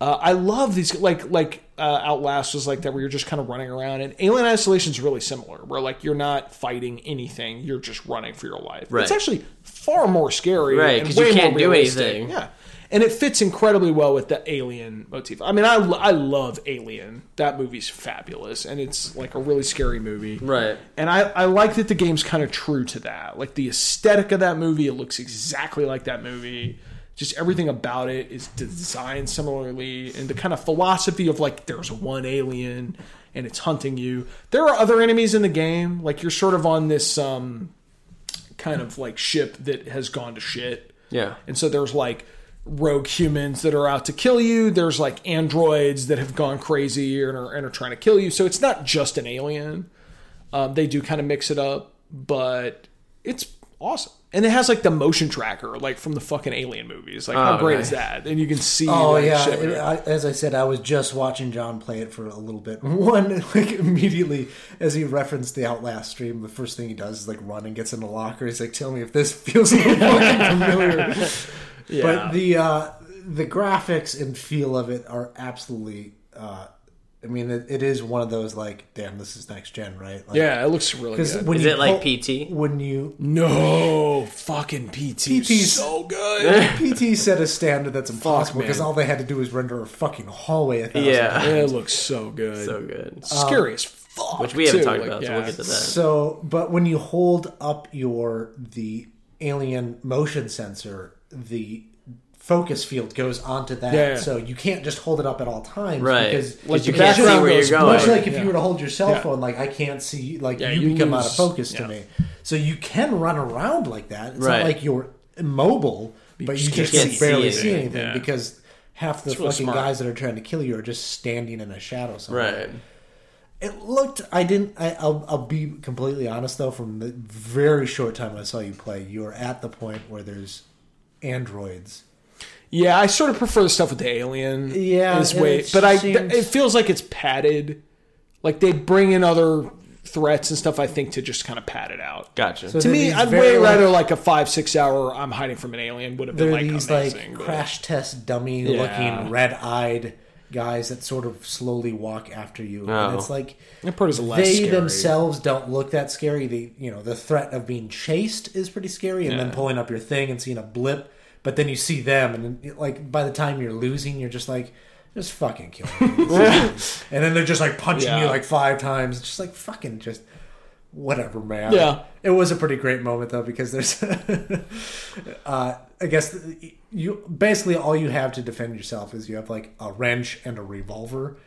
S3: Uh, I love these like like uh, Outlast was like that where you're just kind of running around, and Alien Isolation is really similar, where like you're not fighting anything, you're just running for your life.
S1: Right.
S3: It's actually far more scary,
S1: Right,
S3: and
S1: 'cause you
S3: way more
S1: can't do
S3: realistic.
S1: anything.
S3: Yeah. And it fits incredibly well with the Alien motif. I mean, I, I love Alien. That movie's fabulous, and it's like a really scary movie.
S1: Right.
S3: And I, I like that the game's kind of true to that. Like the aesthetic of that movie, it looks exactly like that movie. Just everything about it is designed similarly, and the kind of philosophy of like there's one alien and it's hunting you. There are other enemies in the game. Like you're sort of on this um, kind of like ship that has gone to shit.
S1: yeah.
S3: And so there's like rogue humans that are out to kill you. There's like androids that have gone crazy and are, and are trying to kill you. So it's not just an alien. Um, they do kind of mix it up, but it's awesome. And it has like the motion tracker, like from the fucking alien movies. Like how
S1: Oh,
S3: great
S1: nice.
S3: is that? And you can see.
S2: Oh
S3: like,
S2: yeah,
S3: shit.
S2: it- I, as I said, I was just watching John play it for a little bit. One, like immediately as he referenced the Outlast stream, the first thing he does is like run and gets in the locker. He's like, "Tell me if this feels a little fucking familiar." But the uh, the graphics and feel of it are absolutely. Uh, I mean, it, it is one of those like, "Damn, this is next gen," right? Like,
S3: yeah, it looks really
S2: 'cause
S3: good.
S2: when
S1: Is
S2: you
S1: it like
S2: pull-
S1: PT?
S2: When you
S3: No, fucking PT,
S2: PT's
S3: so good.
S2: PT set a standard that's impossible because
S3: man.
S2: all they had to do was render a fucking hallway. A thousand
S1: Yeah.
S3: it looks so good.
S1: So good.
S2: Um,
S3: Scary as fuck.
S1: Which we haven't
S3: too.
S1: talked
S3: Like,
S1: about, so
S3: yeah.
S1: we'll get to that.
S2: So, but when you hold up your the alien motion sensor, the focus field goes onto that.
S3: Yeah, yeah.
S2: So you can't just hold it up at all times,
S1: Right.
S2: Because
S1: Like,
S3: you can't see where
S2: goes-
S1: you're going.
S2: Much like if
S3: Yeah.
S2: you were to hold your cell
S3: Yeah.
S2: phone, like I can't see, like
S3: Yeah,
S2: you,
S3: you
S2: become out
S3: lose-
S2: of focus
S3: yeah.
S2: to me. So you can run around like that. It's
S1: Right.
S2: not like you're immobile, but you
S3: just
S2: just
S1: can't
S2: can
S1: see
S2: barely
S1: anything,
S2: see anything
S3: yeah.
S2: because half the
S3: really
S2: fucking
S3: smart.
S2: guys that are trying to kill you are just standing in a shadow somewhere
S1: Right.
S2: it looked i didn't I, I'll, I'll be completely honest though from the very short time i saw you play you are at the point where there's androids
S3: Yeah, I sort of prefer the stuff with the alien.
S2: Yeah,
S3: is
S2: and
S3: way,
S2: it
S3: but I
S2: seems-
S3: th- it feels like it's padded. Like they bring in other threats and stuff. I think to just kind of pad it out.
S1: Gotcha.
S2: So
S3: To
S2: they're
S3: me,
S2: these
S3: I'd way
S2: very, like-
S3: rather like a five six hour. I'm hiding from an alien would have
S2: they're
S3: been like
S2: these
S3: amazing.
S2: like
S3: but-
S2: crash test dummy
S3: Yeah.
S2: looking red-eyed guys that sort of slowly walk after you
S1: Oh.
S2: and it's like
S3: That part is less
S2: they
S3: scary.
S2: themselves don't look that scary the you know the threat of being chased is pretty scary and then pulling up your thing and seeing a blip but then you see them and then, like by the time you're losing you're just like just fucking kill me and then they're just like punching
S3: Yeah.
S2: you like five times It's just like fucking just whatever man
S3: Yeah.
S2: it was a pretty great moment though because there's uh i guess you basically all you have to defend yourself is you have like a wrench and a revolver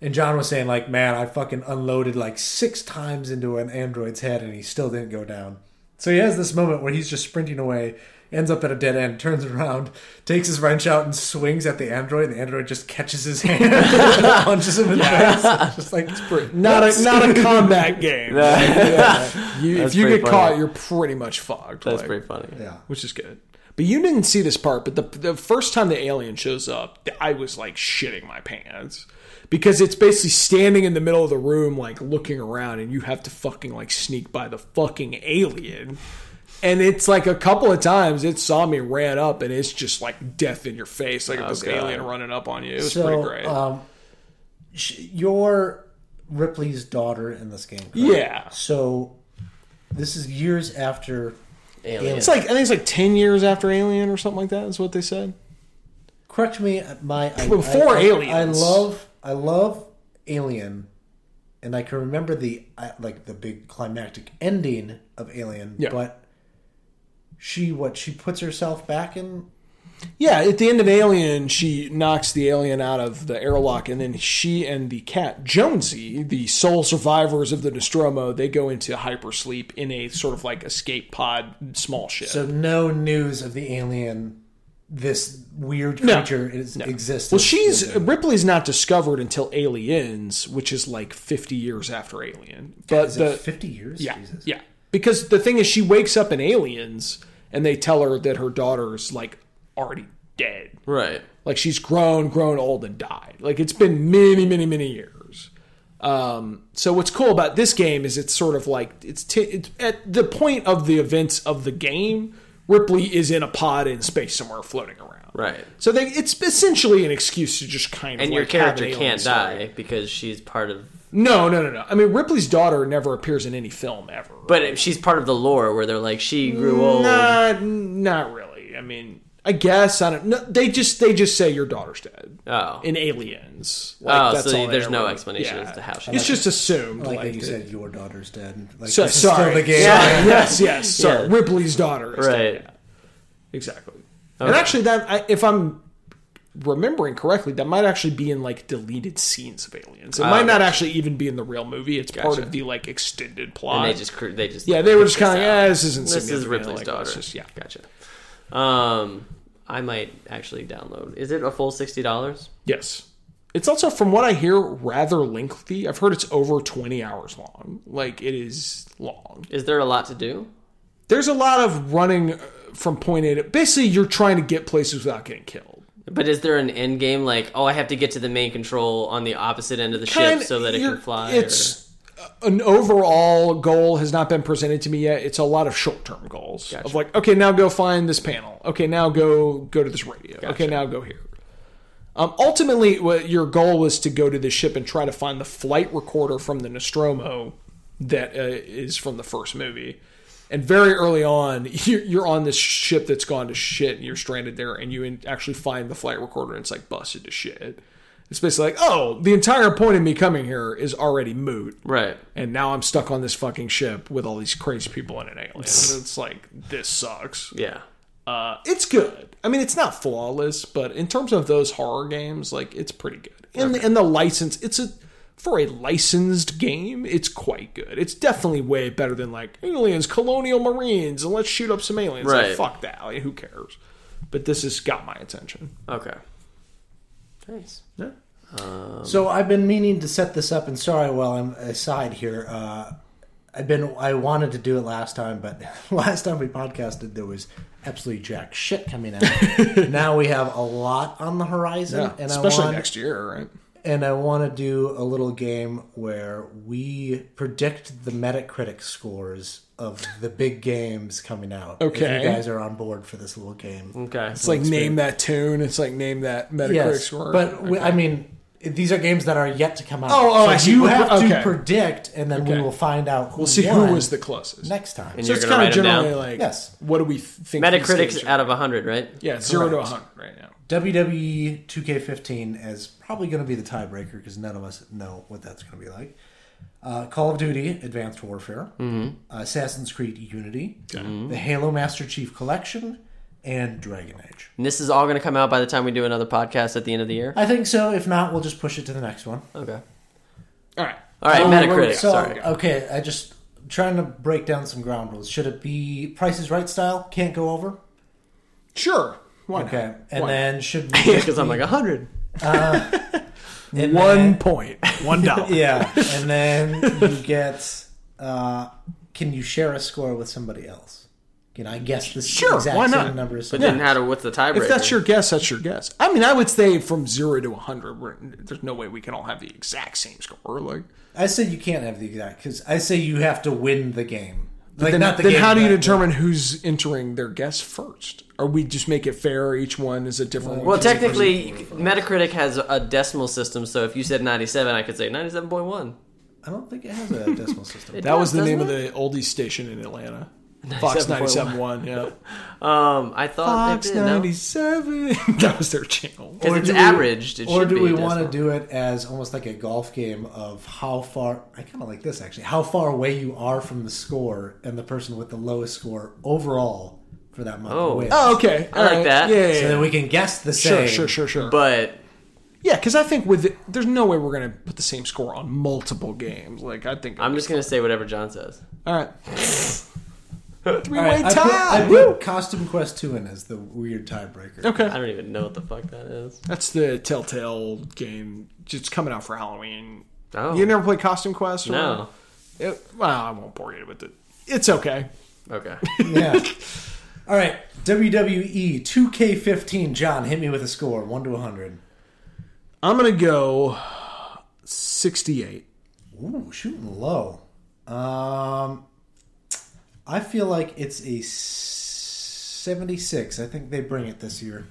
S2: and john was saying like man i fucking unloaded like six times into an android's head and he still didn't go down so he has this moment where he's just sprinting away ends up at a dead end turns around takes his wrench out and swings at the android and the android just catches his hand and punches him in the face It's just like
S3: Not a not a combat game. Yeah. You- if
S1: That's
S3: you
S1: pretty
S3: get
S1: funny.
S3: caught, you're pretty much fucked.
S1: That's
S3: like-
S1: pretty funny.
S2: yeah
S3: which is good. But you didn't see this part. But the the first time the alien shows up, th- I was like shitting my pants because it's basically standing in the middle of the room, like looking around, and you have to fucking like sneak by the fucking alien. And it's like a couple of times it saw me ran up, and it's just like death in your face, like this
S1: God.
S3: alien running up on you. It was
S2: so,
S3: pretty great.
S2: Um, sh- you're Ripley's daughter in this game. correct?
S3: yeah,
S2: So this is years after.
S1: Alien.
S3: it's like I think it's like ten years after Alien or something like that is what they said.
S2: Correct me. uh, My I,
S3: Before
S2: I, I, I
S3: Aliens.
S2: love. I love Alien, and I can remember the uh, like the big climactic ending of Alien,
S3: Yeah.
S2: but she what she puts herself back in.
S3: Yeah, at the end of Alien, she knocks the alien out of the airlock, and then she and the cat Jonesy, the sole survivors of the Nostromo, they go into hypersleep in a sort of like escape pod, small ship.
S2: So no news of the alien. This weird
S3: No.
S2: creature is exists.
S3: well, she's Ripley's not discovered until Aliens, which is like fifty years after Alien. But
S2: is
S3: the
S2: it fifty years.
S3: yeah,
S2: Jesus.
S3: yeah, because the thing is, she wakes up in Aliens, and they tell her that her daughter's like already dead.
S1: Right.
S3: Like she's grown, grown old, and died. Like it's been many, many, many years. Um, so what's cool about this game is it's sort of like it's, t- it's at the point of the events of the game. Ripley is in a pod in space somewhere, floating around.
S1: Right.
S3: So they, it's essentially an excuse to just kind of
S1: And your
S3: like, have an
S1: character
S3: alien
S1: can't
S3: story.
S1: die because she's part of.
S3: No, no, no, no. I mean, Ripley's daughter never appears in any film ever.
S1: But if she's part of the lore where they're like, she grew old.
S3: not, not really. I mean, I guess I don't. No, they just they just say your daughter's dead.
S1: Oh.
S3: in Aliens.
S1: Oh, so
S3: all they
S1: there's no
S3: ever-
S1: explanation as to how she
S3: It's
S1: got
S3: just assumed.
S2: Oh, Like,
S3: Like,
S2: that you
S3: that-
S2: said, your daughter's dead. Like,
S3: so,
S2: this is
S3: sorry.
S2: still the game.
S3: sorry. yes, yes. Sorry.
S1: Yeah.
S3: Ripley's daughter. Is
S1: Right.
S3: Dead. Yeah. Exactly. And actually, that I, if I'm remembering correctly, that might actually be in like deleted scenes of Aliens. It
S1: Ah,
S3: might not actually even be in the real movie. It's part of the like extended plot.
S1: And they just. cr- They just
S3: yeah, they were just kind of
S1: out.
S3: yeah, this isn't
S1: This is
S3: significant,"
S1: Ripley's
S3: like,
S1: daughter.
S3: let's Just, yeah.
S1: Gotcha. Um, I might actually download. Is it a full sixty dollars?
S3: Yes. It's also, from what I hear, rather lengthy. I've heard it's over 20 hours long. Like, it is long.
S1: Is there a lot to do?
S3: there's a lot of running uh, from point A to basically you're trying to get places without getting killed.
S1: But is there an end game? Like, oh, I have to get to the main control on the opposite end of the
S3: Kinda-
S1: ship so that it
S3: you're-
S1: can fly. or-
S3: It's an overall goal has not been presented to me yet. It's a lot of short term goals of like, okay, now go find this panel. Okay, now go go to this radio. Okay, now go here. Um, ultimately, what your goal was to go to the ship and try to find the flight recorder from the Nostromo that uh, is from the first movie. And very early on, you're, you're on this ship that's gone to shit, and you're stranded there, and you in, actually find the flight recorder, and it's like busted to shit. It's basically like, oh, the entire point of me coming here is already moot,
S1: right.
S3: and now I'm stuck on this fucking ship with all these crazy people and an alien. it's like this sucks.
S1: Yeah.
S3: Uh, it's good. I mean, it's not flawless, but in terms of those horror games, like it's pretty good. And the, and the license, it's a for a licensed game, it's quite good. It's definitely way better than like aliens, colonial marines, and let's shoot up some aliens. Like,
S1: Right.
S3: fuck that. Like, who cares? But this has got my attention.
S1: Okay. Nice.
S2: So I've been meaning to set this up, and sorry while I'm aside here. Uh, I've been I wanted to do it last time, but last time we podcasted, there was absolutely jack shit coming out. now we have a lot on the horizon, and
S3: especially
S2: I want
S3: next year, right?
S2: and I want to do a little game where we predict the Metacritic scores of the big games coming out. If
S3: Okay.
S2: you guys are on board for this little game.
S1: Okay.
S3: It's like name that tune. It's like name that Metacritic
S2: Yes,
S3: score.
S2: but we, I mean, these are games that are yet to come out.
S3: Oh, oh, I see.
S2: You
S3: We-
S2: have
S3: okay.
S2: to predict, and then
S3: Okay.
S2: we will find out. Who
S3: we'll see
S2: won
S3: who was the closest.
S2: next time.
S1: And
S3: so
S1: you're
S3: it's
S1: gonna
S3: kind
S1: write 'em
S3: of
S1: down?
S3: generally like,
S2: Yes.
S3: what do we think? these games
S1: Metacritic's
S3: are?
S1: out of hundred, right?
S3: yeah, zero to
S2: Correct.
S3: hundred right now.
S2: WWE 2K15 is probably going to be the tiebreaker because none of us know what that's going to be like. Uh, Call of Duty: Advanced Warfare, uh, Assassin's Creed Unity, the Halo Master Chief Collection, and Dragon Age.
S1: And this is all going to come out by the time we do another podcast at the end of the year.
S2: I think so. If not, we'll just push it to the next one.
S1: Okay.
S3: All right.
S1: All right,
S3: Oh, wait, wait,
S1: Metacritic.
S3: wait.
S2: So
S1: sorry.
S2: okay, I just trying to break down some ground rules. Should it be Price is Right style? Can't go over.
S3: Sure. Why not?
S2: Okay, and
S3: Why
S2: then should we
S1: Because I'm like hundred.
S2: and
S3: one
S2: then-
S3: point, one dollar.
S2: yeah, and then you get. Uh, can you share a score with somebody else? Can I guess the
S3: Sure,
S2: exact
S3: why not?
S2: same number as
S1: But
S2: somebody
S1: then how do what's the tiebreaker?
S3: If that's your guess, that's your guess. I mean, I would say from zero to hundred, we're- there's no way we can all have the exact same score. Like,
S2: I say you can't have the exact because I say you have to win the game. Like
S3: then,
S2: not the
S3: then
S2: game.
S3: how do you
S2: but-
S3: determine who's entering their guess first? Or we just make it fair? Each one is a different.
S1: well, technically, Metacritic has a decimal system, so if you said 97, I could say 97.1.
S2: I don't think it has a decimal system.
S1: It
S3: that was
S1: does,
S3: the name
S1: doesn't
S3: of the oldie station in Atlanta.
S1: it?
S3: Fox 97.1, yeah.
S1: Um, I thought
S3: Fox
S1: they did, no?
S3: 97. that was their channel.
S1: 'Cause
S2: Or
S1: it's
S2: do we-
S1: averaged. it
S2: or
S1: should
S2: do
S1: be
S2: we
S1: decimal.
S2: want to do it as almost like a golf game of how far? I kind of like this actually. How far away you are from the score, and the person with the lowest score overall for that month
S1: Oh.
S2: wins.
S3: Oh, okay.
S1: I like that.
S3: Yeah, yeah, yeah.
S2: So then we can guess the same.
S3: sure, sure, sure, sure.
S1: But
S3: yeah, because I think with it, there's no way we're going to put the same score on multiple games. Like, I think.
S1: I'm just gonna say whatever John says.
S3: All right. Three
S2: All
S3: way
S2: right, I put,
S3: tie.
S2: I put Costume Quest Two in as the weird tiebreaker.
S3: okay.
S1: I don't even know what the fuck that is.
S3: That's the Telltale game. It's coming out for Halloween.
S1: Oh.
S3: You never played Costume Quest? Or
S1: No.
S3: It, well, I won't bore you with it. It's okay.
S1: Okay.
S2: Yeah. All right. E WWE 2K15. John, hit me with a score, one to hundred.
S3: I'm gonna go 68.
S2: Ooh, shooting low. Um, I feel like it's a seventy-six. I think they bring it this year.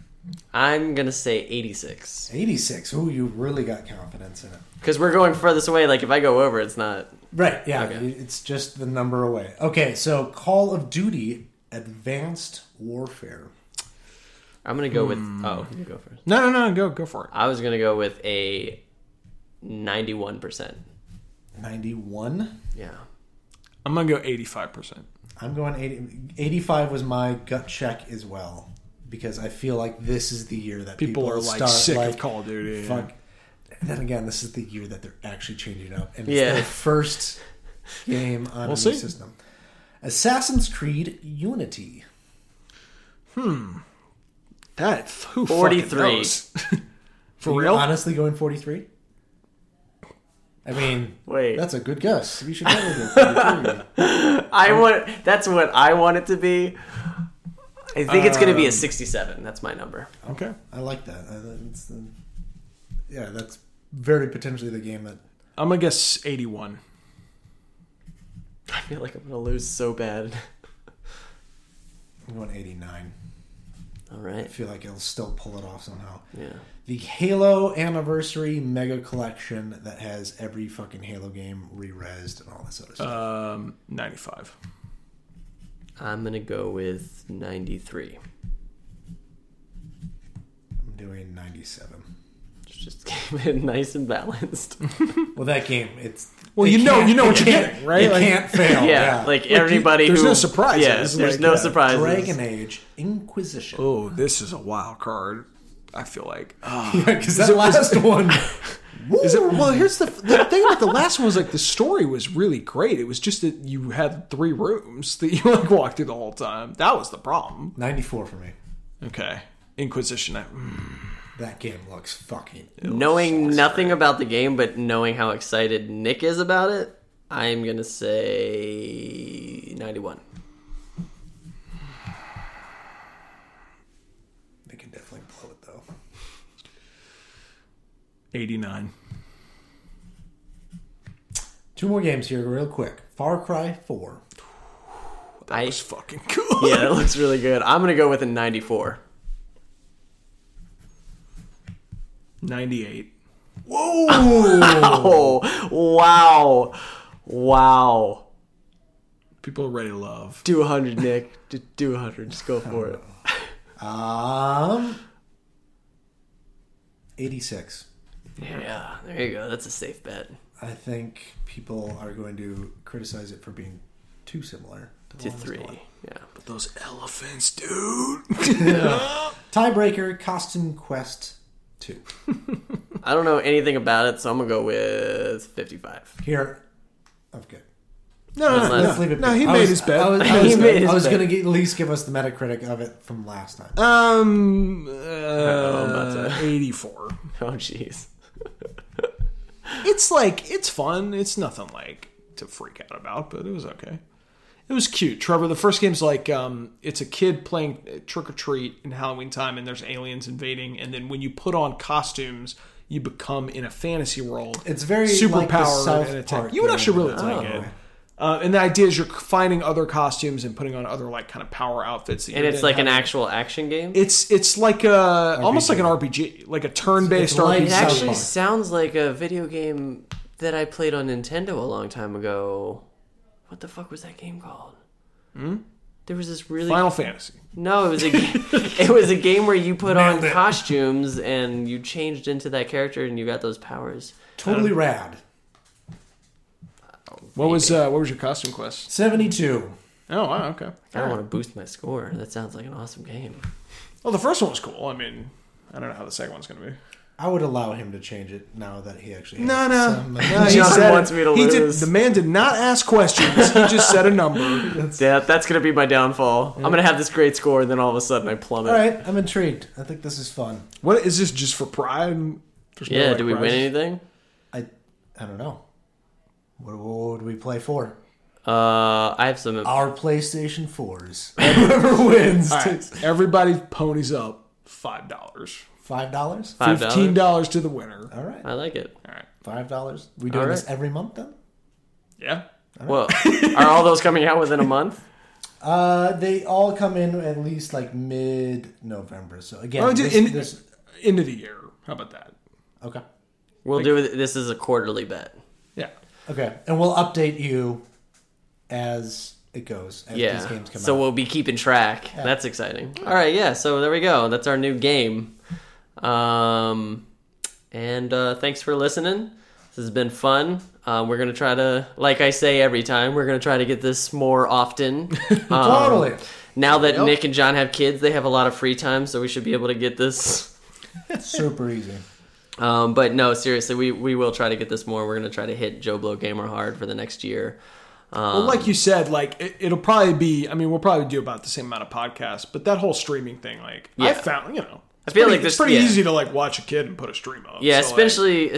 S1: I'm gonna say 86
S2: Eighty-six. Ooh, you really got confidence in it.
S1: because we're going furthest away. Like if I go over, it's not.
S2: Right. Yeah.
S1: Okay.
S2: it- It's just the number away. Okay. So Call of Duty: Advanced Warfare.
S1: I'm gonna go with.
S3: Hmm.
S1: Oh, you go first.
S3: No, no, no. Go, go for it.
S1: I was gonna go with a 91. percent
S2: Ninety-one.
S1: Yeah.
S3: I'm gonna go 85. percent
S2: I'm going 80, 85 was my gut check as well because I feel like this is the year that
S3: People,
S2: people,
S3: are like
S2: start,
S3: sick
S2: like,
S3: of Call of Duty.
S2: Fuck. And then again, this is the year that they're actually changing up, and it's
S1: Yeah.
S2: their first game on the
S3: see.
S2: system. Assassin's Creed Unity.
S3: That who
S1: 43.
S3: fucking knows? for
S2: Are you
S3: real?
S2: honestly going forty three? I mean,
S1: Wait.
S2: that's a good guess. You should probably go 43.
S1: I want. That's what I want it to be. I think it's gonna
S3: Um.
S1: be a 67. That's my number.
S3: Okay.
S2: I like that. I- it's, uh, yeah, that's very potentially the game that
S3: I'm gonna guess 81.
S1: I feel like I'm gonna lose so bad.
S2: I'm going eighty nine.
S1: All right.
S2: I feel like it'll still pull it off somehow.
S1: Yeah.
S2: The Halo Anniversary Mega Collection that has every fucking Halo game re-resed and all this other stuff.
S3: Um, 95.
S1: I'm gonna go with 93.
S2: I'm doing 97.
S1: Just came in nice and balanced.
S3: Oh,
S2: Well, that game, it's
S3: Well,
S2: they
S3: you know-
S2: can't-
S3: you know
S2: they
S3: what you're
S2: can't-
S3: getting, right?
S2: It
S3: Like-
S2: can't fail.
S1: yeah,
S2: yeah,
S1: like
S3: you-
S1: everybody
S3: there's
S1: who
S3: no surprises,
S1: Yeah, there's
S3: like,
S1: no
S3: uh,
S1: surprises.
S2: Dragon Age Inquisition.
S3: Oh, this is a wild card. I feel like.
S2: Because that last one,
S3: Is it, well, here's the, the thing about the last one was like the story was really great. It was just that you had three rooms that you like walked through the whole time. That was the problem.
S2: 94 for me.
S3: Okay, Inquisition. I, mm,
S2: That game looks fucking.
S1: Knowing nothing about the game, but knowing how excited Nick is about it, I'm gonna say 91.
S2: They can definitely blow it though.
S3: 89.
S2: Two more games here, real quick. Far Cry 4.
S3: That
S1: I-
S3: was fucking cool.
S1: Yeah, that looks really good. I'm gonna go with a 94.
S3: 98.
S2: Whoa!
S1: Oh wow, wow!
S3: People are ready to love.
S1: Do 100, Nick. Do- Do 100. Just go for it.
S2: um, 86.
S1: Yeah, there you go. That's a safe bet.
S2: I think people are going to criticize it for being too similar to, the
S1: To
S2: last
S1: three.
S2: one.
S1: Yeah.
S3: But those elephants, dude.
S2: Tiebreaker: Costume Quest Two.
S1: I don't know anything about it, so I'm gonna go with 55.
S2: Here, okay.
S3: no, no, no.
S1: Let's
S2: Let's leave it.
S3: No,
S2: be.
S3: he
S2: I
S3: made
S2: was-
S3: his bet.
S2: I was,
S1: He
S2: I was,
S1: made his
S2: I was
S1: bet.
S2: gonna get, at least give us the Metacritic of it from last time.
S3: um,
S1: know about
S3: uh,
S1: that.
S3: 84.
S1: Oh jeez.
S3: It's like it's fun. It's nothing like to freak out about, but it was okay. It was cute, Trevor. The first game's like um, it's a kid playing uh, trick or treat in Halloween time, and there's aliens invading. And then when you put on costumes, you become in a fantasy world.
S2: It's very like the
S3: superpower
S2: South
S3: and attack.
S2: Park
S3: You would
S2: game.
S3: actually really
S2: Oh.
S3: like it. Uh, and the idea is you're finding other costumes and putting on other like kind of power outfits. that you
S1: And it's
S3: didn't
S1: like an
S3: have.
S1: actual action game.
S3: It's it's like a almost like an RPG, like a turn-based
S2: It's like
S3: RPG.
S1: It
S2: South
S1: actually
S2: Park.
S1: sounds like a video game that I played on Nintendo a long time ago. What the fuck was that game called? There was this really
S3: Final Fantasy.
S1: no. It was a g- it was a game where you put
S2: Nailed
S1: on
S2: it.
S1: costumes and you changed into that character and you got those powers.
S2: Totally
S1: Um,
S2: rad.
S3: What was uh, what was your costume quest?
S2: 72.
S3: Oh, wow, okay.
S1: I don't want to boost my score. That sounds like an awesome game.
S3: Well, the first one was cool. I mean, I don't know how the second one's going to be.
S2: I would allow him to change it now that he actually.
S3: No,
S2: has
S3: no.
S2: some-
S3: no he
S1: John
S3: said it.
S1: wants me to
S3: he did-
S1: lose.
S3: the man did not ask questions. He just said a number.
S1: Yeah, that's gonna be my downfall. I'm gonna have this great score, and then all of a sudden I plummet.
S2: All right, I'm intrigued. I think this is fun.
S3: What is this? Just for pride? There's no,
S1: Yeah,
S3: like,
S1: do we win
S3: prizes?
S1: anything?
S2: I, I don't know. What, what would we play for?
S1: Uh, I have some.
S2: Our PlayStation fours. Whoever wins
S3: All
S2: takes
S3: right, everybody ponies up five dollars,
S2: five dollars.
S1: Five
S3: fifteen
S1: dollars.
S3: dollars to the winner. All
S2: All right,
S1: I like it.
S3: right.
S2: five dollars. We doing
S1: All right.
S2: this every month then?
S3: Yeah.
S1: Well, are all those coming out within a month?
S2: Uh, they all come in at least like mid-November. So again,
S3: Oh,
S2: this,
S3: just in-
S2: this-
S3: End of the year. How about that?
S2: okay,
S1: We'll do it. This is a quarterly bet.
S3: Yeah.
S2: okay, and we'll update you as it goes. As these
S1: Yeah.
S2: games come
S1: So
S2: out.
S1: we'll be keeping track. That's exciting. All right. Yeah. So there we go. That's our new game. Um, and uh, thanks for listening. This has been fun. Um, we're gonna try to, like I say every time, we're gonna try to get this more often. Um,
S2: totally.
S1: Now that Nick and John have kids, they have a lot of free time, so we should be able to get this
S2: Super easy.
S1: Um, but no, seriously, we, we will try to get this more. We're going to try to hit Joe Blow Gamer hard for the next year.
S3: Well,
S1: Uh-huh.
S3: like you said, like it, it'll probably be. I mean, we'll probably do about the same amount of podcasts, but that whole streaming thing, like I
S1: Yeah.
S3: found, you know, it's
S1: feel
S3: pretty,
S1: like this-
S3: it's pretty
S1: yeah.
S3: easy to like watch a kid and put a stream up.
S1: Yeah,
S3: So, like,
S1: especially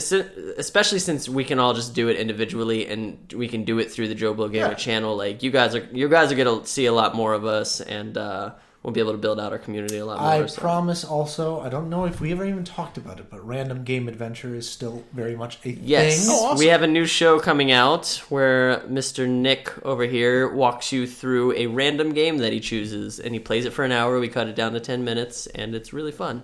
S1: especially since we can all just do it individually and we can do it through the Joe Blow Gamer
S3: Yeah.
S1: channel. Like you guys are you guys are going to see a lot more of us, and uh, we'll be able to build out our community a lot more.
S2: I
S1: so.
S2: promise. Also, I don't know if we ever even talked about it, but random game adventure is still very much a
S1: Yes,
S2: thing.
S3: Oh, awesome.
S1: we have a new show coming out where Mr. Nick over here walks you through a random game that he chooses, and he plays it for an hour. We cut it down to ten minutes, and it's really fun.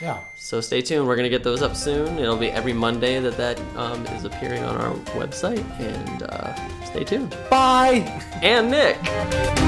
S2: Yeah.
S1: So stay tuned. We're gonna get those up soon. It'll be every Monday that that um, is appearing on our website. And uh, stay tuned.
S2: Bye.
S1: And Nick.